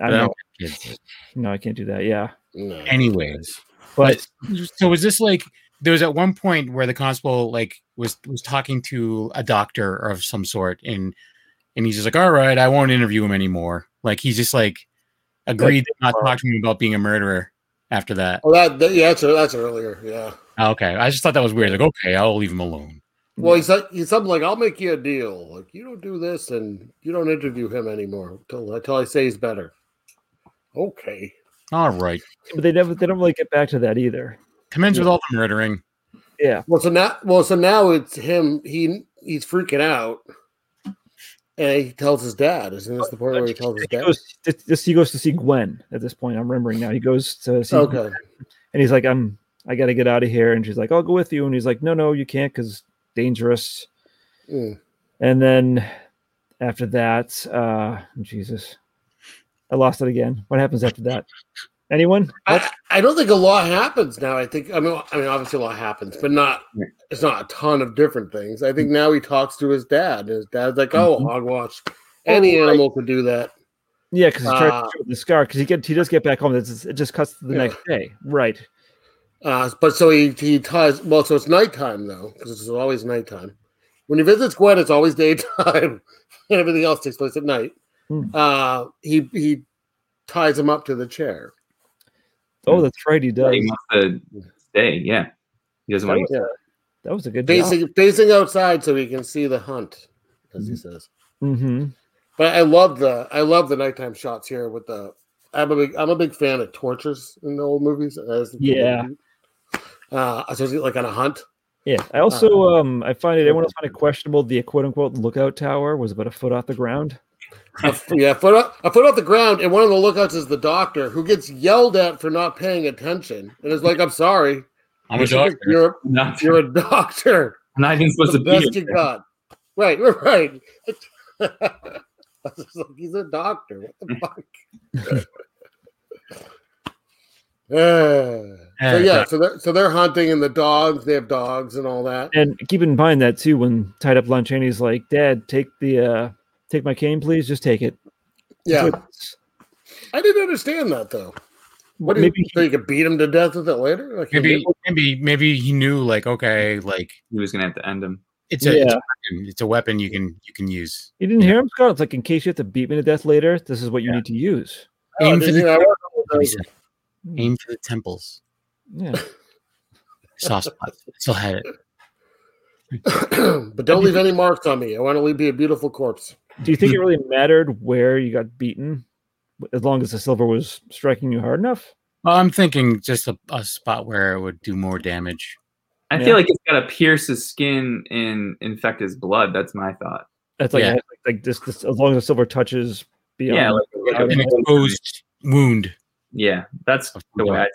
Speaker 3: I
Speaker 5: but I
Speaker 3: know.
Speaker 5: don't have kids.
Speaker 3: No, I can't do that. Yeah,
Speaker 4: No.
Speaker 5: Anyways,
Speaker 3: but
Speaker 5: <laughs> so was this like there was at one point where the constable like was was talking to a doctor of some sort and and he's just like all right i won't interview him anymore like he's just like agreed to not talk to me about being a murderer after that
Speaker 4: Oh, that, that- yeah, that's that's earlier. Yeah.
Speaker 5: Oh, okay i just thought that was weird like okay i'll leave him alone
Speaker 3: Mm.
Speaker 4: Well, he's like, he's something like, I'll make you a deal. Like, you don't do this, and you don't interview him anymore until until I say he's better. Okay.
Speaker 5: all right
Speaker 3: but they never they don't really get back to that either.
Speaker 5: commence with all the murdering
Speaker 3: Yeah,
Speaker 4: Well, so now, well, so now it's him. He he's freaking out, and he tells his dad. Isn't this the part where he tells his
Speaker 3: he
Speaker 4: dad?
Speaker 3: goes. This he goes to see Gwen at this point. I'm remembering now. He goes to see Gwen.
Speaker 4: Okay.
Speaker 3: and he's like, "I'm, I got to get out of here." And she's like, "I'll go with you." And he's like, "No, no, you can't, because dangerous."
Speaker 4: Mm.
Speaker 3: And then after that, uh, Jesus, I lost it again. What happens after that? Anyone?
Speaker 4: I, I don't think a lot happens now. I think I mean I mean obviously a lot happens, but not it's not a ton of different things. I think now he talks to his dad, and his dad's like, "Oh, hogwash, any
Speaker 3: Mm-hmm. Oh, right.
Speaker 4: animal could do that."
Speaker 3: Yeah, because he tries
Speaker 4: Uh,
Speaker 3: to show the scar because he get he does get back home. It's just- It just cuts to the
Speaker 4: Yeah.
Speaker 3: next day, right?
Speaker 4: Uh, but so he, he ties well, so it's nighttime though, because it's always nighttime. When he visits Gwen, it's always <laughs> daytime, and everything else takes place at night.
Speaker 3: Hmm.
Speaker 4: Uh, he he ties him up to the chair. Hmm.
Speaker 3: Oh, that's right, he does.
Speaker 6: He wants to stay. Yeah, he doesn't
Speaker 3: That
Speaker 6: want
Speaker 3: was,
Speaker 6: to.
Speaker 3: that was a good job.
Speaker 4: Facing facing outside so he can see the hunt, as
Speaker 3: Mm-hmm.
Speaker 4: he says.
Speaker 3: hmm
Speaker 4: But I love the I love the nighttime shots here with the I'm a big I'm a big fan of tortures in the old movies. As
Speaker 3: Yeah.
Speaker 4: Uh, especially like on a hunt.
Speaker 3: Yeah. I
Speaker 4: Uh-huh.
Speaker 3: also um I find it everyone else find it questionable. The quote unquote lookout tower was about a foot off the ground.
Speaker 4: a f- yeah, a foot up, a foot off the ground, and one of the lookouts is the doctor who gets yelled at for not paying attention, and is like, "I'm sorry,
Speaker 5: i'm a doctor
Speaker 4: You're
Speaker 6: Not,
Speaker 4: you're a doctor.
Speaker 6: <laughs> not even supposed
Speaker 4: the
Speaker 6: to be.
Speaker 4: best you
Speaker 6: here.
Speaker 4: got." Right, right. <laughs> I was just like, he's a doctor. What the fuck? <laughs> Uh, so yeah, so they're, so they're hunting and the dogs. They have dogs and all that.
Speaker 3: And keep in mind that too when tied up Lon Chaney's like, Dad, take the uh take my cane, please, just take it.
Speaker 4: Yeah,
Speaker 3: It's-
Speaker 4: I didn't understand that though. What do you,
Speaker 3: maybe he-
Speaker 4: so you could beat him to death with it later? Like,
Speaker 5: maybe maybe maybe he knew like okay like
Speaker 6: He was gonna have to end him.
Speaker 5: it's a, it's,
Speaker 3: Yeah.
Speaker 5: a weapon. it's a weapon you can you can use
Speaker 3: you didn't hear him, Scott? It's like in case you have to beat me to death later, this is what you need to use.
Speaker 4: Oh,
Speaker 5: aim, for
Speaker 4: did you-
Speaker 5: the,
Speaker 4: I wasn't
Speaker 5: he
Speaker 4: aware
Speaker 5: said. aim for the temples
Speaker 3: Yeah.
Speaker 5: soft spot. Still had it.
Speaker 4: <clears throat> but don't leave any marks on me. I want to leave be a beautiful corpse.
Speaker 3: Do
Speaker 4: <laughs>
Speaker 3: you think it really mattered where you got beaten? As long as the silver was striking you hard enough?
Speaker 5: Well, I'm thinking just a, a spot where it would do more damage.
Speaker 6: I
Speaker 3: Yeah.
Speaker 6: feel like it's gotta pierce his skin and infect his blood. That's my thought.
Speaker 3: That's like,
Speaker 5: Yeah.
Speaker 3: like, like this, this as long as the silver touches
Speaker 6: Yeah,
Speaker 3: beyond
Speaker 6: like, like
Speaker 5: An
Speaker 6: a,
Speaker 5: exposed wound.
Speaker 6: yeah. That's the way. I,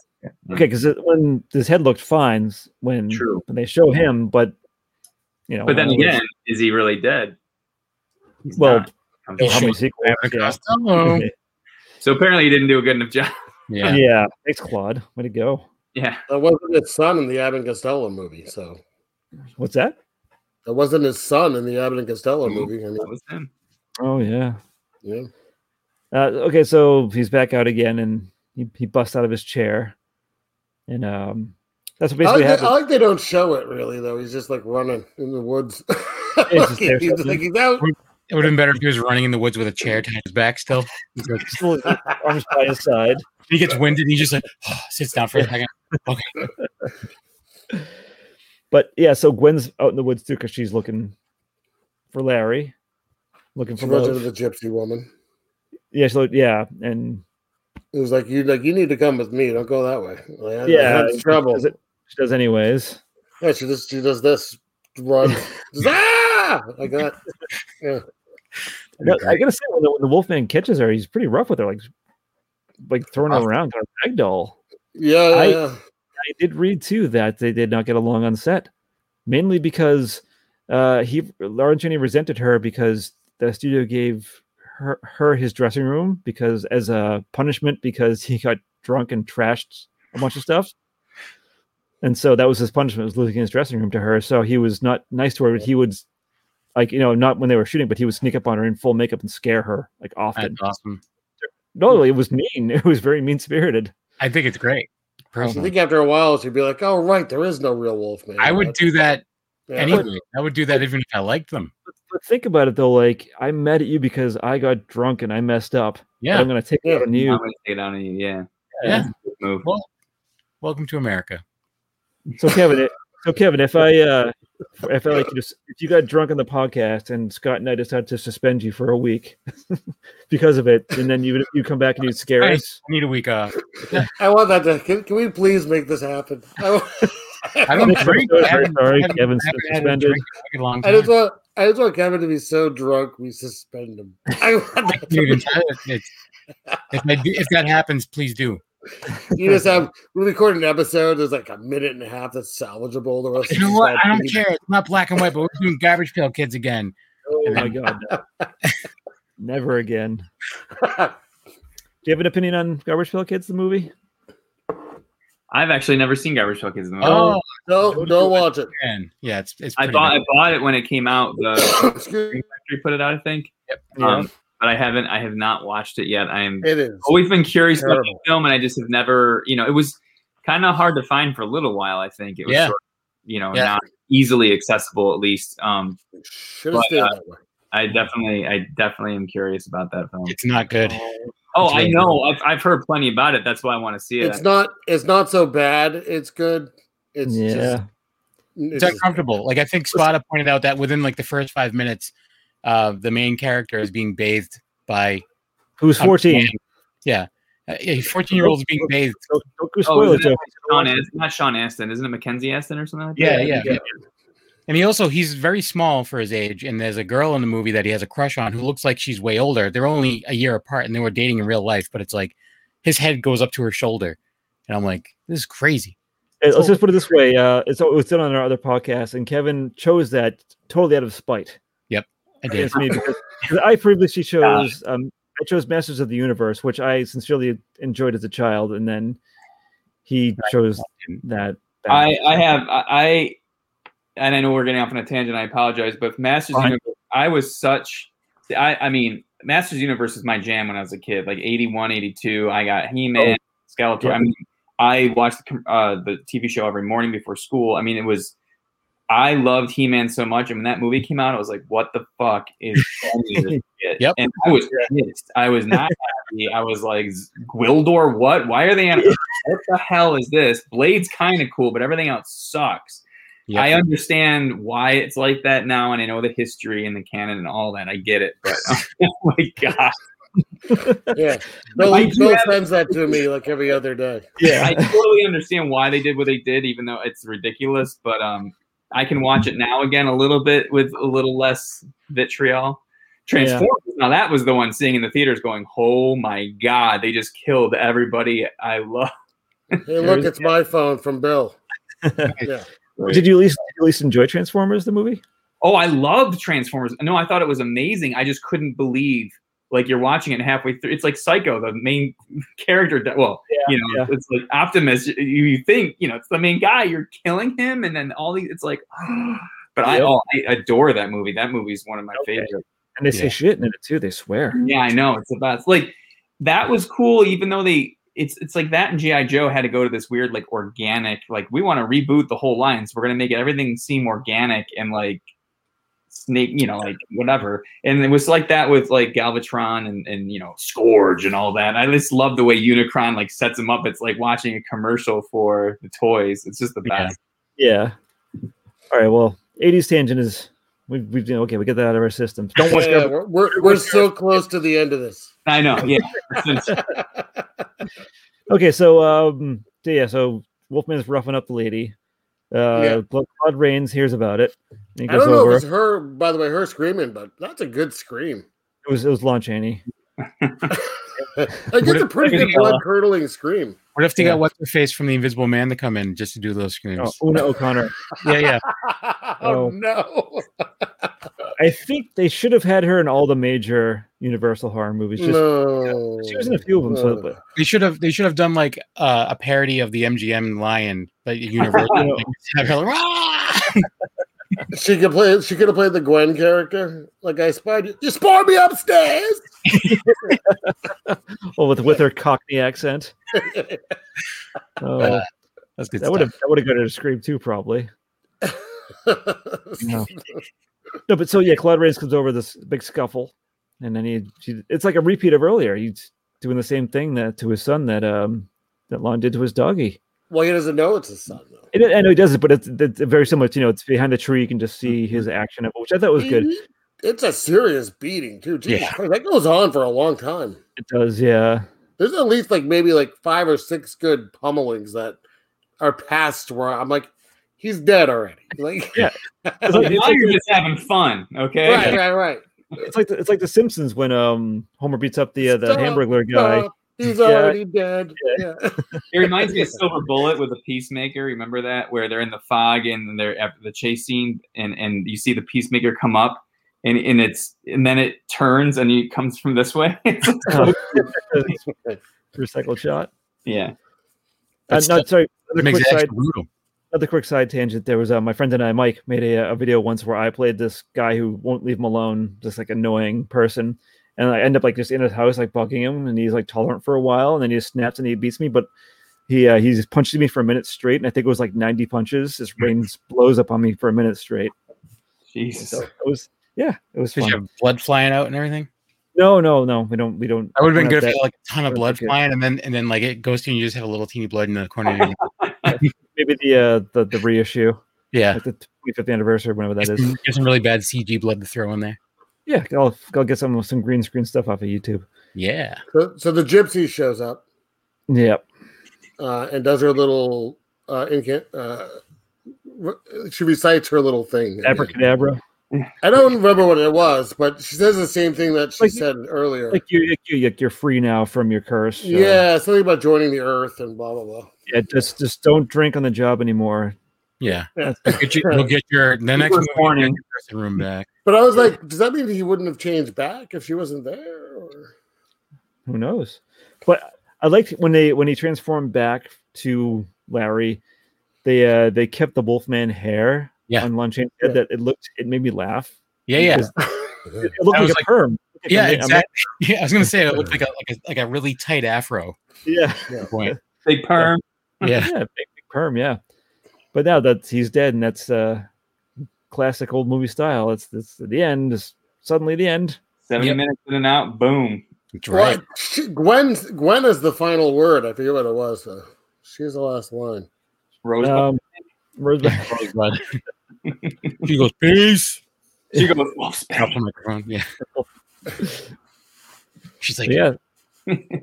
Speaker 3: Okay, because when his head looked fine s- when
Speaker 6: True.
Speaker 3: when they show him, but you know,
Speaker 6: But then
Speaker 3: when it was-
Speaker 6: again, is he really dead? He's
Speaker 3: well,
Speaker 6: not.
Speaker 3: you know, how many
Speaker 5: Should've
Speaker 3: sequels? Yeah. <laughs>
Speaker 4: Um,
Speaker 5: Costello.
Speaker 6: So apparently he didn't do a good enough <laughs> job.
Speaker 5: Yeah.
Speaker 3: yeah. thanks, Claude. Way to go.
Speaker 6: Yeah.
Speaker 4: That wasn't his son in the Abbott and Costello movie. So
Speaker 3: What's that?
Speaker 4: that wasn't his son in the Abbott and Costello
Speaker 6: Mhm.
Speaker 4: movie. I mean,
Speaker 6: That was him.
Speaker 3: Oh yeah.
Speaker 4: yeah.
Speaker 3: Uh, okay, so he's back out again, and he, he busts out of his chair, and um, that's what
Speaker 4: I
Speaker 3: basically
Speaker 4: like, they,
Speaker 3: happens.
Speaker 4: I like they don't show it really though. He's just like running in the woods. <laughs>
Speaker 3: just there
Speaker 4: he's
Speaker 3: something.
Speaker 4: like he's out.
Speaker 5: It would have been better if he was running in the woods with a chair tied to his back still. He's like-
Speaker 3: Still with arms by his side.
Speaker 5: he gets winded and he just like <sighs> sits down for a second.
Speaker 3: But yeah, so Gwen's out in the woods too because she's looking for Larry, looking
Speaker 4: She
Speaker 3: for
Speaker 4: runs into
Speaker 3: love.
Speaker 4: the gypsy woman.
Speaker 3: Yeah, she, looked- yeah, and
Speaker 4: It was like you like you need to come with me. Don't go that way. Like, I-
Speaker 3: yeah,
Speaker 4: I had trouble.
Speaker 3: She does, it- she does anyways.
Speaker 4: Yeah, she just she does this
Speaker 3: <laughs>
Speaker 4: run Just, ah! like that.
Speaker 3: No, I gotta say, when the, when the Wolfman catches her, he's pretty rough with her, like like throwing her
Speaker 5: Rough.
Speaker 3: around, kind of ragdoll.
Speaker 4: Yeah,
Speaker 3: I-
Speaker 4: yeah, yeah.
Speaker 5: Oh
Speaker 3: I did read too that they did not get along on set, mainly because uh, he Lauren Cheney resented her because the studio gave her, her his dressing room because as a punishment because he got drunk and trashed a bunch of stuff, and so that was his punishment was losing his dressing room to her. So he was not nice to her, but he would like you know not when they were shooting, but he would sneak up on her in full makeup and scare her like often.
Speaker 5: That's awesome.
Speaker 3: No, it was mean. <laughs> It was very mean spirited.
Speaker 5: I think it's great.
Speaker 4: So I
Speaker 5: Personally,
Speaker 4: think after a while she'd be like, "Oh right, there is no real wolf man."
Speaker 5: I would do that
Speaker 4: Yeah.
Speaker 5: anyway. I would do that even if I liked them.
Speaker 3: But think about it though, like I'm mad at you because I got drunk and I messed up. but
Speaker 5: Yeah.
Speaker 3: I'm gonna take it out on
Speaker 5: <laughs>
Speaker 6: I'm
Speaker 3: you.
Speaker 6: gonna take it out on you. Yeah.
Speaker 5: Yeah.
Speaker 6: That's a good move.
Speaker 5: Well, welcome to America.
Speaker 3: So Kevin, it- so Kevin, if I uh if I like you just if you got drunk on the podcast and Scott and I decided to suspend you for a week <laughs> because of it, and then you you come back and you scare
Speaker 5: Right.
Speaker 3: us.
Speaker 5: I need a week off.
Speaker 4: <laughs> I want that to. Can, can we please make this happen? <laughs> I, wa-
Speaker 5: I don't
Speaker 3: Next
Speaker 5: drink.
Speaker 3: episode,
Speaker 5: I haven't-
Speaker 3: very sorry,
Speaker 5: I haven't-
Speaker 3: Kevin's
Speaker 5: I haven't had a
Speaker 3: suspended.
Speaker 5: drink in a long
Speaker 4: <laughs> I
Speaker 5: time.
Speaker 4: just want. I just want Kevin to be so drunk we suspend him. I want
Speaker 5: <laughs>
Speaker 4: that to
Speaker 5: Dude, it's- it's- if, I do, if that happens, please do.
Speaker 4: You just have we record an episode. There's like a minute and a half that's salvageable. The rest
Speaker 5: You
Speaker 4: of
Speaker 5: know
Speaker 4: it's uh,
Speaker 5: what?
Speaker 4: not
Speaker 5: I don't
Speaker 4: being-
Speaker 5: care. It's not black and white, but we're doing Garbage Pail Kids again.
Speaker 3: Oh my god. no. Never again. Do you have an opinion on Garbage Pail Kids the movie?
Speaker 6: I've actually never seen Garbage Pail Kids in the movie.
Speaker 5: Oh,
Speaker 4: no, don't watch it. <coughs>
Speaker 5: man. yeah, it's it's.
Speaker 6: I
Speaker 5: pretty
Speaker 6: bought
Speaker 5: good.
Speaker 6: I bought it when it came out. The <coughs>
Speaker 4: Excuse-
Speaker 6: factory put it out, I think.
Speaker 3: Yeah.
Speaker 6: Um, but I haven't I have not watched it yet. I am
Speaker 4: It is.
Speaker 6: always been curious about the
Speaker 4: Terrible.
Speaker 6: film, and I just have never, you know, it was kind of hard to find for a little while. I think it was,
Speaker 5: Yeah.
Speaker 6: sort of, you know,
Speaker 5: Yeah.
Speaker 6: not easily accessible. At least, um,
Speaker 4: Should have
Speaker 6: But,
Speaker 4: stayed
Speaker 6: uh,
Speaker 4: that way.
Speaker 6: I definitely, I definitely am curious about that film.
Speaker 5: It's not good.
Speaker 6: oh,
Speaker 5: it's
Speaker 6: I
Speaker 5: really
Speaker 6: know, I've, I've heard plenty about it. That's why I want to see it.
Speaker 4: It's not. It's not so bad. It's good. It's
Speaker 3: yeah.
Speaker 4: just.
Speaker 5: It's
Speaker 4: It's just
Speaker 5: uncomfortable. Like I think Spada pointed out that within like the first five minutes, uh, the main character is being bathed by
Speaker 3: Who's
Speaker 5: a
Speaker 3: 14?
Speaker 5: man. Yeah, a fourteen-year-old is being bathed.
Speaker 3: Don't, don't go
Speaker 6: Oh,
Speaker 3: spoil it,
Speaker 6: isn't
Speaker 3: Joe.
Speaker 6: it Sean Astin, not Sean Astin, isn't it Mackenzie Astin or something like that?
Speaker 5: Yeah, yeah.
Speaker 4: yeah.
Speaker 5: And he also he's very small for his age. And there's a girl in the movie that he has a crush on who looks like she's way older. They're only a year apart, and they were dating in real life. But it's like his head goes up to her shoulder, and I'm like, this is crazy.
Speaker 3: Hey, let's
Speaker 5: So-
Speaker 3: just put it this way. Uh, it's it was done on our other podcast, and Kevin chose that totally out of spite
Speaker 5: I did.
Speaker 3: against me because 'cause I previously chose um, I chose Masters of the Universe, which I sincerely enjoyed as a child, and then he chose that. back.
Speaker 6: I, I have, I, I, and I know we're getting off on a tangent. I apologize, but Masters
Speaker 3: Fine.
Speaker 6: Universe, I was such, I, I mean, Masters Universe is my jam when I was a kid, like 81, 82. I got He Man, Skeletor.
Speaker 3: Oh. Yeah.
Speaker 6: I mean, I watched the, com- uh, the TV show every morning before school. I mean, it was, I loved He Man so much. And when that movie came out, I was like, what the fuck is any
Speaker 3: <laughs>
Speaker 6: of this shit?
Speaker 5: Yep.
Speaker 6: And I was pissed. I was not happy. I was like, Gwildor, what? Why are they on Earth? What the hell is this? Blade's kind of cool, but everything else sucks.
Speaker 5: Yeah.
Speaker 6: I understand why it's like that now, and I know the history and the canon and all that. I get it, but <laughs> oh my god,
Speaker 4: yeah.
Speaker 6: I
Speaker 4: Bill,
Speaker 6: do
Speaker 4: Bill
Speaker 6: have-
Speaker 4: sends that to me like every other day.
Speaker 6: I totally understand why they did what they did, even though it's ridiculous. But um, I can watch it now again a little bit with a little less vitriol. Transformers. Now that was the one seeing in the theaters, going, "Oh my god, they just killed everybody I love."
Speaker 4: Hey, look, it's my phone from Bill.
Speaker 3: Did you at least did you at least enjoy Transformers the movie?
Speaker 6: Oh, I love Transformers. No, I thought it was amazing. I just couldn't believe like you're watching it halfway through. It's like Psycho, the main <laughs> character. di- Well, you know,
Speaker 3: yeah.
Speaker 6: it's like Optimus. You, you think you know it's the main guy. You're killing him, and then all these. It's like, <gasps> but I,
Speaker 3: Yep.
Speaker 6: oh, I adore that movie. That movie is one of my
Speaker 3: Okay.
Speaker 6: favorites.
Speaker 3: And they
Speaker 5: Yeah.
Speaker 3: say shit in it too. They swear.
Speaker 6: Yeah, I know it's the best. Like that was cool, even though they it's it's like that and GI Joe had to go to this weird like organic like we want to reboot the whole line, so we're gonna make it everything seem organic and like snake, you know, like whatever. And it was like that with like Galvatron and and you know Scourge and all that. I just love the way Unicron like sets them up. It's like watching a commercial for the toys. It's just the
Speaker 5: Yeah.
Speaker 6: best.
Speaker 3: Yeah. All right. Well, 80s tangent is we we you know, okay. We get that out of our systems. Don't watch.
Speaker 4: Yeah,
Speaker 3: Gravity.
Speaker 4: we're, we're, we're so close to the end of this.
Speaker 6: I know. Yeah. It's-
Speaker 3: Okay. So um. So yeah. So Wolfman's roughing up the lady. Uh,
Speaker 4: Yeah.
Speaker 3: Cla- Claude Rains hears about it. and He
Speaker 4: I
Speaker 3: goes
Speaker 4: don't know
Speaker 3: over.
Speaker 4: if it's her, by the way, her screaming, but that's a good scream.
Speaker 3: it was it was Lon Chaney.
Speaker 4: Like,
Speaker 5: What
Speaker 4: it's a
Speaker 5: if-
Speaker 4: pretty
Speaker 5: what if
Speaker 4: good
Speaker 5: you, uh,
Speaker 4: blood curdling scream. <laughs>
Speaker 5: What if they
Speaker 3: Yeah.
Speaker 5: got what's her face from the Invisible Man to come in just to do those
Speaker 3: Oh,
Speaker 5: screams?
Speaker 3: Una O'Connor.
Speaker 5: <laughs> Yeah, yeah.
Speaker 4: <laughs>
Speaker 3: Oh.
Speaker 4: oh, no. <laughs>
Speaker 3: I think they should have had her in all the major Universal horror movies. Just
Speaker 4: no.
Speaker 3: she was in a few of them. So but
Speaker 5: They should have they should have done like uh, a parody of the MGM lion,
Speaker 3: <laughs>
Speaker 5: but universal. like, have her like, <laughs> "Rah!"
Speaker 4: She could play. She could have played the Gwen character. Like I spied you. You spied me upstairs.
Speaker 3: well, oh, with with her Cockney
Speaker 4: <laughs>
Speaker 3: accent. Oh,
Speaker 5: Uh, That's good.
Speaker 3: that would have that would have got her to scream too, probably. <laughs> No. No, but so yeah, Claude Rains comes over this big scuffle, and then he, she, it's like a repeat of earlier. He's doing the same thing that to his son that um that Lon did to his doggy.
Speaker 4: well, he doesn't know it's his son though.
Speaker 3: And I know he does it, but it's, it's very similar. To, you know, it's behind a tree. You can just see
Speaker 5: Mm-hmm.
Speaker 3: his action of it, which I thought was good.
Speaker 4: He- It's a serious beating too. Jesus
Speaker 5: Yeah.
Speaker 4: Christ, that goes on for a long time.
Speaker 3: It does, yeah.
Speaker 4: There's at least like maybe like five or six good pummelings that are past where I'm like, he's dead already. Like
Speaker 3: Yeah. It's
Speaker 6: now
Speaker 3: like, it's like
Speaker 6: you're <laughs>
Speaker 3: the-
Speaker 6: just having fun, okay?
Speaker 4: right, right, right.
Speaker 3: it's like the, it's like the Simpsons when um Homer beats up the uh, the
Speaker 4: Stop,
Speaker 3: Hamburglar guy.
Speaker 4: Stop. he's
Speaker 3: Yeah.
Speaker 4: already dead. Yeah. <laughs>
Speaker 6: It reminds me of Silver Bullet with the Peacemaker. Remember that where they're in the fog and they're at the chase scene, and and you see the Peacemaker come up, and and it's and then it turns and he comes from this way. <laughs>
Speaker 3: <laughs>
Speaker 5: <laughs>
Speaker 3: Recycled shot.
Speaker 6: yeah,
Speaker 3: Uh,
Speaker 5: That's-
Speaker 3: no, sorry. Another
Speaker 5: makes
Speaker 3: quick
Speaker 5: it extra
Speaker 3: side
Speaker 5: brutal.
Speaker 3: another quick side tangent. There was uh, my friend and I, Mike, made a, a video once where I played this guy who won't leave him alone, just like annoying person, and I end up like just in his house, like bugging him, and he's like tolerant for a while, and then he just snaps and he beats me, but. He uh, he's punched me for a minute straight, and I think it was like ninety punches. His
Speaker 5: Hmm.
Speaker 3: brain blows up on me for a minute straight.
Speaker 6: Jesus.
Speaker 3: So it was yeah, it was
Speaker 5: Did
Speaker 3: fun.
Speaker 5: you have blood flying out and everything?
Speaker 3: No, no, no, we don't we don't.
Speaker 5: That would have been
Speaker 3: we don't
Speaker 5: good if
Speaker 3: that.
Speaker 5: you had, like a ton of
Speaker 3: That's
Speaker 5: blood
Speaker 3: good.
Speaker 5: flying, and then and then like it goes to you, and you just have a little teeny blood in
Speaker 3: <laughs>
Speaker 5: the corner. Of your mouth.
Speaker 3: maybe the uh the, the reissue,
Speaker 5: yeah, Mm-hmm.
Speaker 3: like the twenty fifth anniversary, whenever that
Speaker 5: there's
Speaker 3: is.
Speaker 5: some, there's some really bad CG blood to throw in there.
Speaker 3: Yeah, I'll I'll get some some green screen stuff off of YouTube.
Speaker 5: Yeah,
Speaker 4: So, so the gypsy shows up
Speaker 3: Yeah,
Speaker 4: uh, and does her little uh, incan- uh, re- she recites her little thing.
Speaker 3: abracadabra.
Speaker 4: I don't remember what it was, but she says the same thing that she
Speaker 3: Like-
Speaker 4: said earlier.
Speaker 3: like you, like you, like you're free now from your curse. or-
Speaker 4: yeah, something about joining the earth and blah blah blah.
Speaker 3: yeah. Just, just don't drink on the job anymore.
Speaker 5: yeah.
Speaker 4: Yeah.
Speaker 5: You'll get, you, will get your the next
Speaker 6: were
Speaker 5: movie, you'll get
Speaker 6: warning.
Speaker 5: your dressing room back.
Speaker 4: But I was like, does that mean he wouldn't have changed back if she wasn't there? Or...
Speaker 3: Who knows? But I liked when they when he transformed back to Larry. They uh they kept the Wolfman hair
Speaker 5: Yeah.
Speaker 3: on Lon Chaney's head.
Speaker 4: Yeah.
Speaker 3: That it looked it made me laugh.
Speaker 5: Yeah, yeah,
Speaker 3: Because It it looked like
Speaker 5: I was
Speaker 3: a
Speaker 5: like-
Speaker 3: perm. Like a
Speaker 5: yeah,
Speaker 3: ma- a ma-
Speaker 5: exactly. <laughs> Yeah, I was gonna say it looked like a like a, like a really tight afro.
Speaker 3: Yeah,
Speaker 5: Point.
Speaker 6: Big perm.
Speaker 5: Yeah,
Speaker 3: yeah, big, big perm. Yeah, but now that he's dead, and that's uh classic old movie style. It's this the end is suddenly the end.
Speaker 6: Seventy
Speaker 5: Yep.
Speaker 6: minutes in and out. Boom.
Speaker 5: That's right.
Speaker 4: Well, she, Gwen, Gwen is the final word. I forget what it was. though. she's the last line.
Speaker 6: Rosebud.
Speaker 3: Um, Rosebud.
Speaker 5: Rosebud. <laughs> she goes, peace.
Speaker 6: she goes. "Wolf's back."
Speaker 5: Off the microphone. Yeah. She's <laughs> like,
Speaker 3: yeah,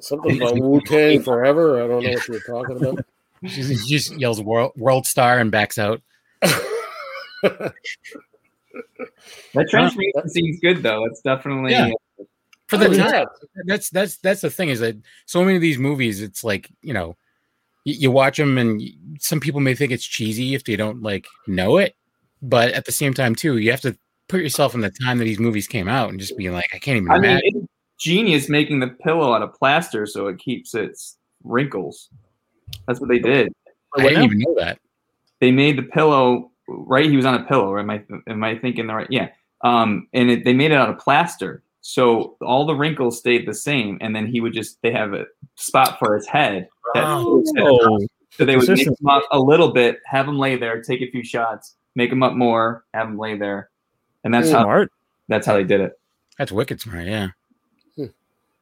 Speaker 4: Something about Wu Tang forever. I don't know what you were talking about.
Speaker 5: she just- she just yells world, world star and backs out.
Speaker 6: That transformation seems good though. It's definitely.
Speaker 5: Yeah. For the
Speaker 4: Oh, <laughs>
Speaker 5: time,
Speaker 4: yeah.
Speaker 5: that's that's that's the thing is that so many of these movies, it's like you know, you, you watch them, and y- some people may think it's cheesy if they don't like know it. But at the same time, too, you have to put yourself in the time that these movies came out and just be like, I can't even
Speaker 6: I mean,
Speaker 5: imagine.
Speaker 6: it's genius making the pillow out of plaster so it keeps its wrinkles. That's what they did.
Speaker 5: I didn't even know that.
Speaker 6: They made the pillow right. He was on a pillow. Am I am I thinking the right? Yeah. Um, and it, they made it out of plaster, so all the wrinkles stayed the same. And then he would just they have a spot for his head. that fits it.
Speaker 3: Oh,
Speaker 6: So they would make
Speaker 3: Consistency.
Speaker 6: him up a little bit, have him lay there, take a few shots, make him up more, have him lay there, and that's how
Speaker 3: smart.
Speaker 6: that's how they did it.
Speaker 5: That's wicked smart. Yeah.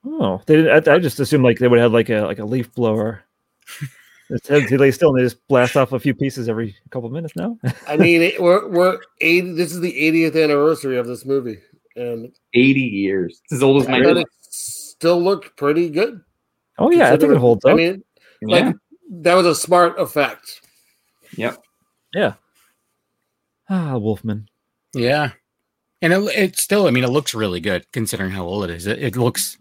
Speaker 3: Oh, they didn't, I, I just assumed like they would have like a like a leaf
Speaker 4: <laughs>
Speaker 3: blower. It's head to lay still, and they just blast off a few pieces every couple of minutes. Now, <laughs>
Speaker 4: I mean, it, we're we're 80, this is the 80th anniversary of this movie, and
Speaker 6: Eighty years. It's as old as my.
Speaker 4: I thought it still looked pretty good.
Speaker 3: oh yeah, I think it holds up.
Speaker 4: I mean,
Speaker 6: yeah.
Speaker 4: like that was a smart effect.
Speaker 3: ah, Wolfman.
Speaker 5: Yeah, and it, it still, I mean, it looks really good considering how old it is. It, it looks,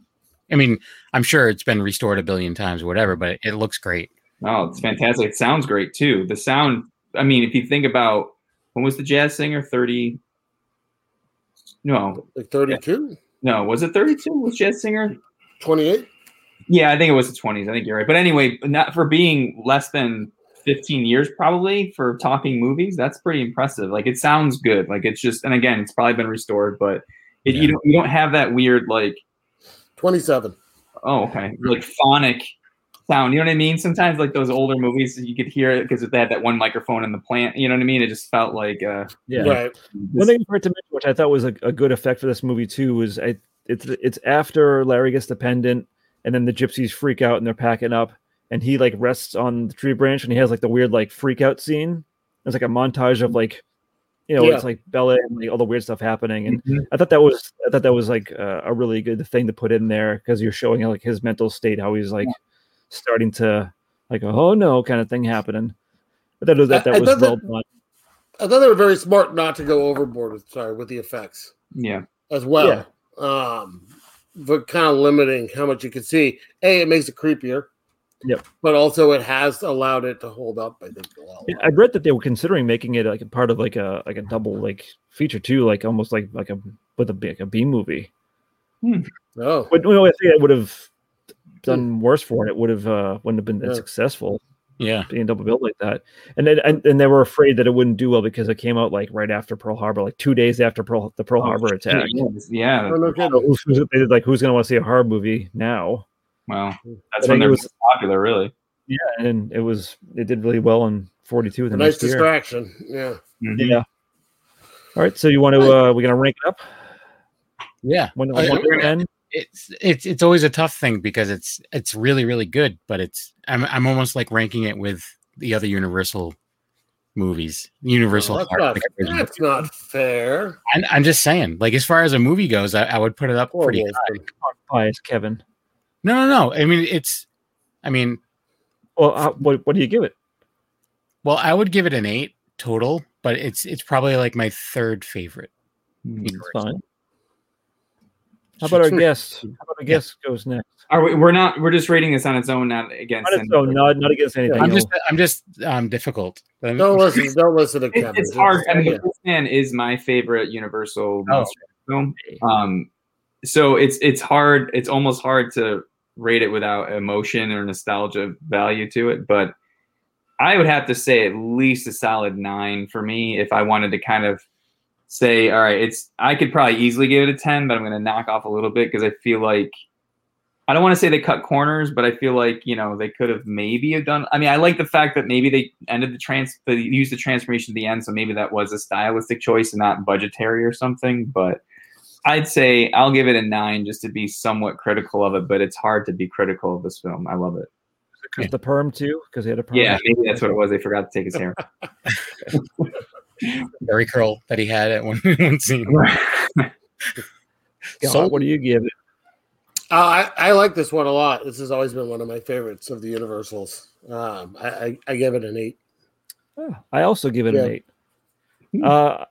Speaker 5: I mean, I'm sure it's been restored a billion times or whatever, but it looks great.
Speaker 6: Oh, it's fantastic. It sounds great too. The sound, I mean, if you think about when was the jazz singer 30? No,
Speaker 4: Like 32,
Speaker 6: no, was it 32? Was jazz singer?
Speaker 4: 28.
Speaker 6: Yeah, I think it was the 20s. I think you're right. But anyway, not for being less than 15 years probably for talking movies, that's pretty impressive. Like it sounds good. Like it's just and again, it's probably been restored, but it, you
Speaker 5: Yeah.
Speaker 6: don't you don't have that weird like
Speaker 4: 27.
Speaker 6: oh okay like phonic sound you know what i mean sometimes like those older movies you could hear it because they had that one microphone in the plant you know what i mean it just felt like uh
Speaker 3: Yeah,
Speaker 4: Right.
Speaker 3: One thing I forgot to mention, which I thought was a, a good effect for this movie too, was I, it's it's after Larry gets dependent, and then the gypsies freak out and they're packing up, and he like rests on the tree branch, and he has like the weird like freak out scene. It's like a montage of like, you know,
Speaker 4: Yeah.
Speaker 3: it's like Bella and like all the weird stuff happening, and I thought that was I thought that was like a, a really good thing to put in there because you're showing like his mental state, how he's like starting to like oh no kind of thing happening. But that was that,
Speaker 4: I-
Speaker 3: that
Speaker 4: I
Speaker 3: was
Speaker 4: thought
Speaker 3: well
Speaker 4: that-
Speaker 3: done.
Speaker 4: I thought they were very smart not to go overboard with sorry with the effects
Speaker 6: Mm-hmm. yeah
Speaker 4: as well. Um, but kind of limiting how much you can see. A, it makes it creepier.
Speaker 3: Yep.
Speaker 4: But also, it has allowed it to hold up. I think. Well.
Speaker 3: Yeah, I read that they were considering making it like a part of like a like a double like feature too, like almost like like a with a B- like a B movie.
Speaker 4: No.
Speaker 3: But you know, I think that would have
Speaker 4: Hmm.
Speaker 3: done worse for it. It would have uh, wouldn't have been that
Speaker 4: Yeah.
Speaker 3: successful
Speaker 5: Yeah,
Speaker 3: being double billed like that. And then and, and they were afraid that it wouldn't do well because it came out like right after Pearl Harbor, like two days after Pearl the Pearl
Speaker 4: Oh,
Speaker 3: Harbor attack. uh,
Speaker 6: yeah
Speaker 4: No, no
Speaker 3: So
Speaker 4: kidding.
Speaker 3: who's- who's- they did, like who's gonna want to see a horror movie now?
Speaker 6: well
Speaker 3: I
Speaker 6: that's when
Speaker 3: think it
Speaker 6: they're
Speaker 3: was-
Speaker 6: popular really
Speaker 3: And it was it did really well in forty two the
Speaker 4: A nice
Speaker 3: next year.
Speaker 4: distraction. Yeah.
Speaker 3: Yeah. All right, so you want to uh we're gonna rank it up
Speaker 5: yeah.
Speaker 3: one,
Speaker 5: I-
Speaker 3: one to ten.
Speaker 5: It's it's it's always a tough thing because it's it's really really good, but it's I'm I'm almost like ranking it with the other Universal movies, Universal.
Speaker 4: Oh, that's,
Speaker 5: art,
Speaker 4: not,
Speaker 5: like original.
Speaker 4: that's not fair.
Speaker 5: I'm, I'm just saying, like as far as a movie goes, I, I would put it up
Speaker 4: Poor
Speaker 5: pretty
Speaker 4: Wolfman.
Speaker 3: bias, Kevin.
Speaker 5: No, no, no. I mean, it's, I mean,
Speaker 3: Well, uh, what, what do you give it?
Speaker 5: well, I would give it an eight total, but it's it's probably like my third favorite. Hmm,
Speaker 6: Mhm.
Speaker 3: It's fine. How about our guest? How about our
Speaker 5: Yeah.
Speaker 3: guest goes next?
Speaker 6: are we, we're not we're just rating this on its own not against
Speaker 3: Not,
Speaker 6: any-
Speaker 3: oh, not, not against anything.
Speaker 5: I'm
Speaker 3: else.
Speaker 5: just I'm just um difficult. I'm-
Speaker 4: Don't listen. Don't listen to
Speaker 6: It-
Speaker 4: Kevin.
Speaker 6: it's
Speaker 4: Just-
Speaker 6: hard i mean
Speaker 4: yeah.
Speaker 6: the Wolfman is my favorite
Speaker 5: Oh,
Speaker 6: universal monster film um so it's it's hard it's almost hard to rate it without emotion or nostalgia value to it but i would have to say at least a solid nine for me if i wanted to kind of say all right it's i could probably easily give it a 10 but i'm going to knock off a little bit because i feel like i don't want to say they cut corners but i feel like you know they could have maybe have done i mean i like the fact that maybe they ended the trans they used the transformation at the end so maybe that was a stylistic choice and not budgetary or something but I'd say I'll give it a nine just to be somewhat critical of it, but it's hard to be critical of this film. I love it.
Speaker 3: 'Cause the perm too, because he had a perm.
Speaker 6: Yeah, maybe that's what it was. They forgot to take
Speaker 5: <laughs>
Speaker 6: his hair.
Speaker 5: Very curl that he had at one, <laughs> one scene.
Speaker 3: God,
Speaker 5: So-
Speaker 3: what do you give it?
Speaker 4: Uh, I, I like this one a lot. This has always been one of my favorites of the Universals. Um, I, I, I give it an eight.
Speaker 3: Oh, I also give it
Speaker 4: Yeah.
Speaker 3: an eight.
Speaker 5: Hmm.
Speaker 3: Uh,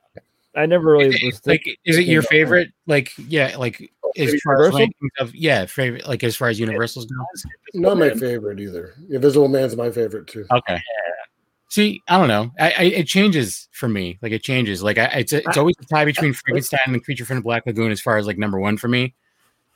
Speaker 3: I never really was
Speaker 5: Like,
Speaker 3: thinking.
Speaker 5: <laughs> is it your
Speaker 3: Yeah.
Speaker 5: favorite? Like, yeah, like is Charles rankings of yeah, favorite like as far as Universal's goes.
Speaker 4: Not my favorite either. Invisible Man's my favorite too.
Speaker 5: Okay. See, I don't know. I, I it changes for me. Like it changes. Like I, it's it's always a tie between Frankenstein and Creature from the Black Lagoon as far as like number one for me.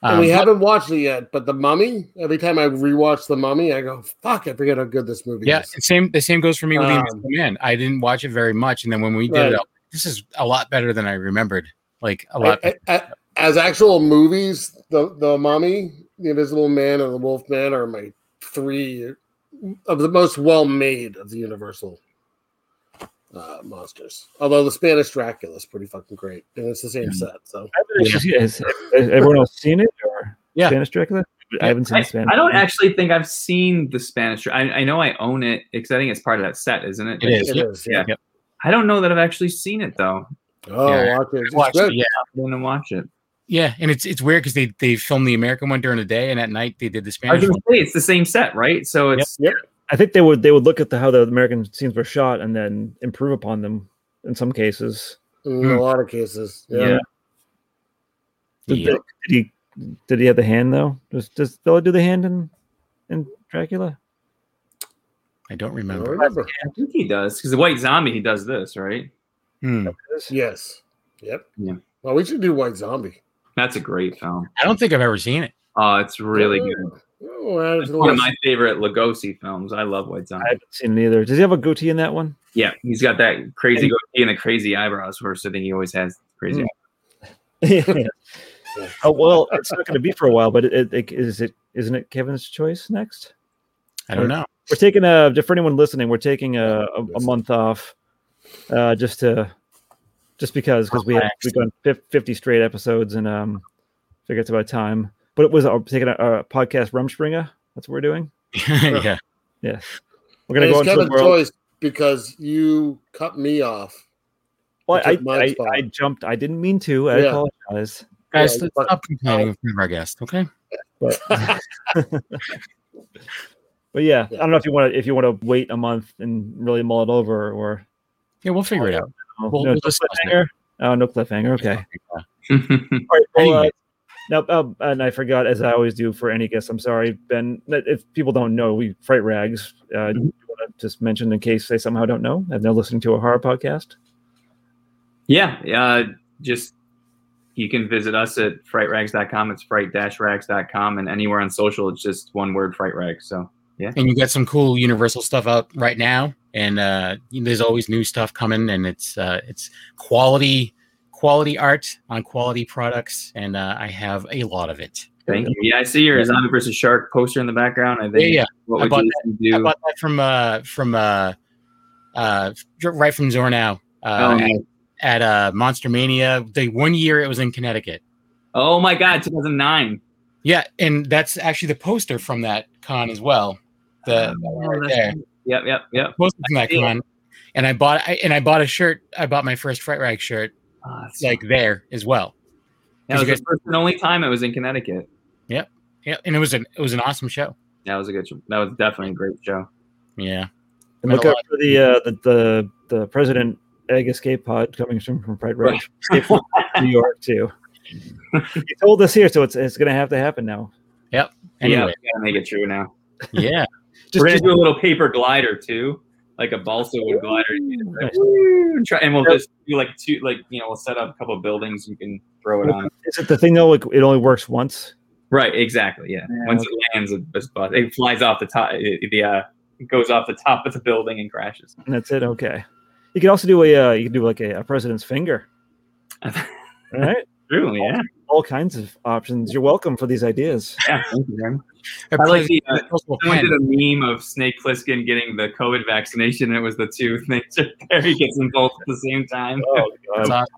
Speaker 4: and
Speaker 5: Um,
Speaker 4: we haven't watched it yet, but The Mummy. Every time I rewatch The Mummy, I go, "Fuck! I forget how good this movie
Speaker 5: yeah,
Speaker 4: is."
Speaker 5: the same the same goes for me with
Speaker 4: Um,
Speaker 5: the Invisible Man. I didn't watch it very much, and then when we did,
Speaker 4: Right.
Speaker 5: it, I was like, this is a lot better than I remembered. Like a lot.
Speaker 4: I- I- I- as actual movies, the the Mummy, the Invisible Man, and the Wolf Man are my three of the most well made of the Universal uh, monsters. Although the Spanish Dracula is pretty fucking great, and it's the same set. So
Speaker 3: Has, has everyone else seen it? Or
Speaker 5: Yeah.
Speaker 3: Spanish Dracula? I haven't seen
Speaker 6: I,
Speaker 3: the Spanish.
Speaker 6: I don't
Speaker 3: Dracula.
Speaker 6: actually think I've seen the Spanish. I, I know I own it because I think it's part of that set, isn't it?
Speaker 5: It is.
Speaker 4: it is. Yeah.
Speaker 6: I don't know that I've actually seen it though.
Speaker 4: Oh,
Speaker 5: Yeah.
Speaker 4: watch it. It's
Speaker 5: Watch
Speaker 4: good.
Speaker 5: it, yeah,
Speaker 6: I'm gonna watch it.
Speaker 5: yeah, and it's it's weird because they they filmed the American one during the day, and at night they did the
Speaker 6: I was
Speaker 5: Spanish.
Speaker 6: gonna
Speaker 5: one.
Speaker 6: say it's the same set, right? So it's
Speaker 3: I think they would they would look at the, how the American scenes were shot and then improve upon them in some cases.
Speaker 4: In
Speaker 5: Mm.
Speaker 4: a lot of cases, yeah.
Speaker 3: Yeah. Did,
Speaker 5: Yeah.
Speaker 3: did he did he have the hand though? Does does Bella do the hand in in Dracula?
Speaker 4: I
Speaker 5: I don't
Speaker 4: don't
Speaker 5: remember.
Speaker 4: remember.
Speaker 6: I think he does because the White Zombie he does this, right?
Speaker 5: Hmm.
Speaker 4: Yes. Yep.
Speaker 6: Yeah.
Speaker 4: Well, we should do White Zombie.
Speaker 6: That's a great film.
Speaker 5: I don't think I've ever seen it.
Speaker 6: Oh, it's really good.
Speaker 4: Oh, add it
Speaker 6: It's
Speaker 4: to the
Speaker 6: one of
Speaker 4: list.
Speaker 6: my favorite Lugosi films. I love White Zombie.
Speaker 3: I haven't seen it either. Does he have a goatee in that
Speaker 5: <laughs>
Speaker 3: one?
Speaker 6: Yeah, he's got that crazy goatee and the crazy eyebrows. First, I think he always has crazy.
Speaker 3: Mm. oh well, it's not going to be for a while. But it, it, is it isn't it Kevin's choice next?
Speaker 5: I don't know. <laughs>
Speaker 3: We're taking a for anyone listening, we're taking a, a, a month off, uh, just to just because because we have, we've done fif- fifty straight episodes and um, figure it's about time. But it was uh, taking a, a podcast Rumspringer. That's what we're doing.
Speaker 5: yeah.
Speaker 3: Yes, we're gonna
Speaker 4: And
Speaker 3: go into
Speaker 4: it's
Speaker 3: the
Speaker 4: Kevin's
Speaker 3: world.
Speaker 4: choice because you cut me off.
Speaker 3: Well,
Speaker 4: It's
Speaker 3: I,
Speaker 4: like my
Speaker 3: I,
Speaker 4: spot.
Speaker 3: I jumped. I didn't mean to. I
Speaker 4: Yeah.
Speaker 3: apologize.
Speaker 5: Guys,
Speaker 4: Yeah,
Speaker 5: let's
Speaker 4: but-
Speaker 5: stop complaining in front of our guest, okay?
Speaker 3: But but yeah,
Speaker 4: Yeah.
Speaker 3: I don't know if you want to if you want to wait a month and really mull it over or
Speaker 5: Yeah, we'll figure it
Speaker 4: Oh,
Speaker 5: out.
Speaker 3: no,
Speaker 5: We'll-
Speaker 3: no
Speaker 5: we'll discuss it.
Speaker 3: cliffhanger. Oh, no cliffhanger. Okay.
Speaker 5: Hmm.
Speaker 6: Yeah.
Speaker 3: All right. Well, uh,
Speaker 5: Anyway.
Speaker 3: now, um, and I forgot, as I always do for any guest. I'm sorry, Ben. that- If people don't know, we fright rags. Uh, do you want to just mention in case they somehow don't know and they're listening to a horror podcast.
Speaker 6: <laughs> yeah, uh, just you can visit us at frightrags.com. It's fright-rags.com, and anywhere on social, it's just one word, fright rags. So
Speaker 5: And you got some cool universal stuff out right now. And uh you know, there's always new stuff coming and it's uh it's quality quality art on quality products and uh, I have a lot of it.
Speaker 6: thank you. Yeah, I see your zombie versus shark poster in the background. I think
Speaker 5: Yeah, yeah. I
Speaker 6: what
Speaker 5: bought
Speaker 6: would Jason do?
Speaker 5: I bought that from uh from uh uh right from Zornow uh
Speaker 6: Oh.
Speaker 5: at, at uh Monster Mania. The one year it was in Connecticut.
Speaker 6: oh my god, 2009.
Speaker 5: Yeah, and that's actually the poster from that con as well. The that
Speaker 6: Oh,
Speaker 5: one right there.
Speaker 6: Yep, yep, yep.
Speaker 5: Poster from that
Speaker 6: Yeah.
Speaker 5: con. And I bought I, and I bought a shirt. I bought my first Fright Rag shirt
Speaker 6: Ah, that's-
Speaker 5: like there as well.
Speaker 6: that was
Speaker 5: you
Speaker 6: the
Speaker 5: guys-
Speaker 6: first and only time it was in Connecticut.
Speaker 5: Yeah, and it was an it was an awesome show.
Speaker 6: That was a good. show. That was definitely a great show.
Speaker 5: Yeah.
Speaker 3: And
Speaker 5: Meant
Speaker 3: look
Speaker 5: a
Speaker 3: out
Speaker 5: lot.
Speaker 3: for the, uh, the the the president egg escape pod coming soon from Pride Rock, Escape from New York too. he told us here, so it's it's gonna have to happen now.
Speaker 6: Yeah,
Speaker 5: Anyway,
Speaker 6: we gotta make it true now.
Speaker 5: yeah. <laughs>
Speaker 3: Just,
Speaker 6: We're gonna
Speaker 3: just
Speaker 6: do a little paper glider too, like a balsa wood glider.
Speaker 3: nice.
Speaker 6: And, try, and we'll just do like two, like you know, we'll set up a couple buildings. You can throw it on.
Speaker 3: is it the thing though? Like it only works once.
Speaker 6: Right, exactly. Yeah. Once it lands, it, just bust- it flies off the top. It, the uh, it goes off the top of the building and crashes.
Speaker 3: And that's it. Okay. You can also do a uh, you can do like a, a president's finger. All right.
Speaker 6: True. Yeah.
Speaker 3: All kinds of options. You're welcome for these ideas.
Speaker 6: yeah thank you, man.
Speaker 5: A
Speaker 6: I like
Speaker 5: pleasant
Speaker 6: the, uh,
Speaker 5: universal
Speaker 6: Someone
Speaker 5: pen.
Speaker 6: did a meme of Snake Plissken getting the COVID vaccination. It was the two things right there. He gets them both at the same time.
Speaker 3: Oh,
Speaker 5: That's awesome.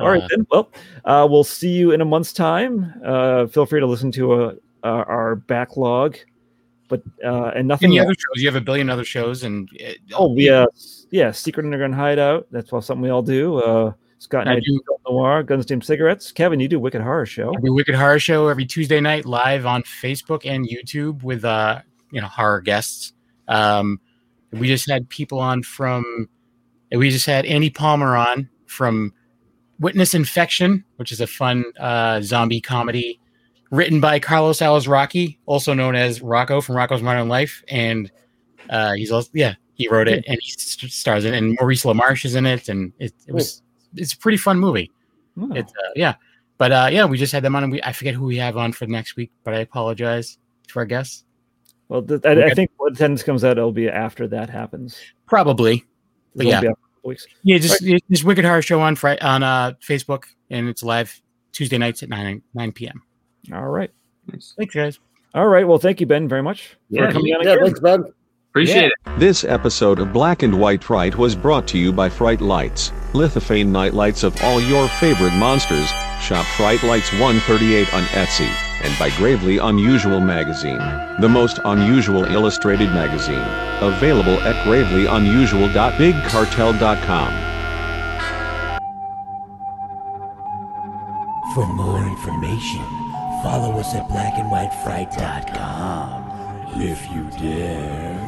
Speaker 3: All right,
Speaker 5: Uh,
Speaker 3: then. Well, uh, we'll see you in a month's time. Uh, feel free to listen to uh our, our backlog, but uh, and nothing.
Speaker 5: Any
Speaker 3: else.
Speaker 5: other shows? You have a billion other shows, and uh,
Speaker 3: Oh, we uh, yeah, Secret Underground Hideout. That's well something we all do. Uh, Scott and I,
Speaker 5: I
Speaker 3: do
Speaker 5: do-
Speaker 3: Film Noir, Guns, Steam, Cigarettes. Kevin, you do Wicked Horror Show.
Speaker 5: every Wicked Horror Show every Tuesday night live on Facebook and YouTube with uh you know horror guests. Um, we just had people on from we just had Andy Palmer on from Witness Infection, which is a fun uh, zombie comedy written by Carlos Alazraki, also known as Rocco from Rocco's Modern Life, and uh, he's also yeah he wrote it and he st- stars in it, and Maurice LaMarche is in it, and it, it was it's a pretty fun movie.
Speaker 3: Oh.
Speaker 5: It's uh, yeah, but uh, yeah, we just had them on, and we I forget who we have on for next week, but I apologize to our guests.
Speaker 3: well, th- I, I
Speaker 5: Okay.
Speaker 3: think when attendance comes out, it'll be after that happens.
Speaker 5: Probably, But
Speaker 3: It'll
Speaker 5: yeah.
Speaker 3: be out in a couple weeks.
Speaker 5: yeah, just yeah, just Wicked Horror Show on Friday on uh, Facebook, and it's live Tuesday nights at nine nine p.m.
Speaker 3: All right.
Speaker 6: Nice.
Speaker 5: Thanks, guys.
Speaker 3: All right. Well, thank you, Ben, very much
Speaker 6: Yeah.
Speaker 3: for coming on
Speaker 4: <laughs> Yeah,
Speaker 3: again.
Speaker 4: thanks, Ben.
Speaker 6: Appreciate it.
Speaker 1: This episode of Black and White Fright was brought to you by Fright Lights, lithophane nightlights of all your favorite monsters. Shop Fright Lights 138 on Etsy, and by Gravely Unusual Magazine, the most unusual illustrated magazine. Available at gravelyunusual.bigcartel.com.
Speaker 7: For more information, follow us at blackandwhitefright.com. If you dare.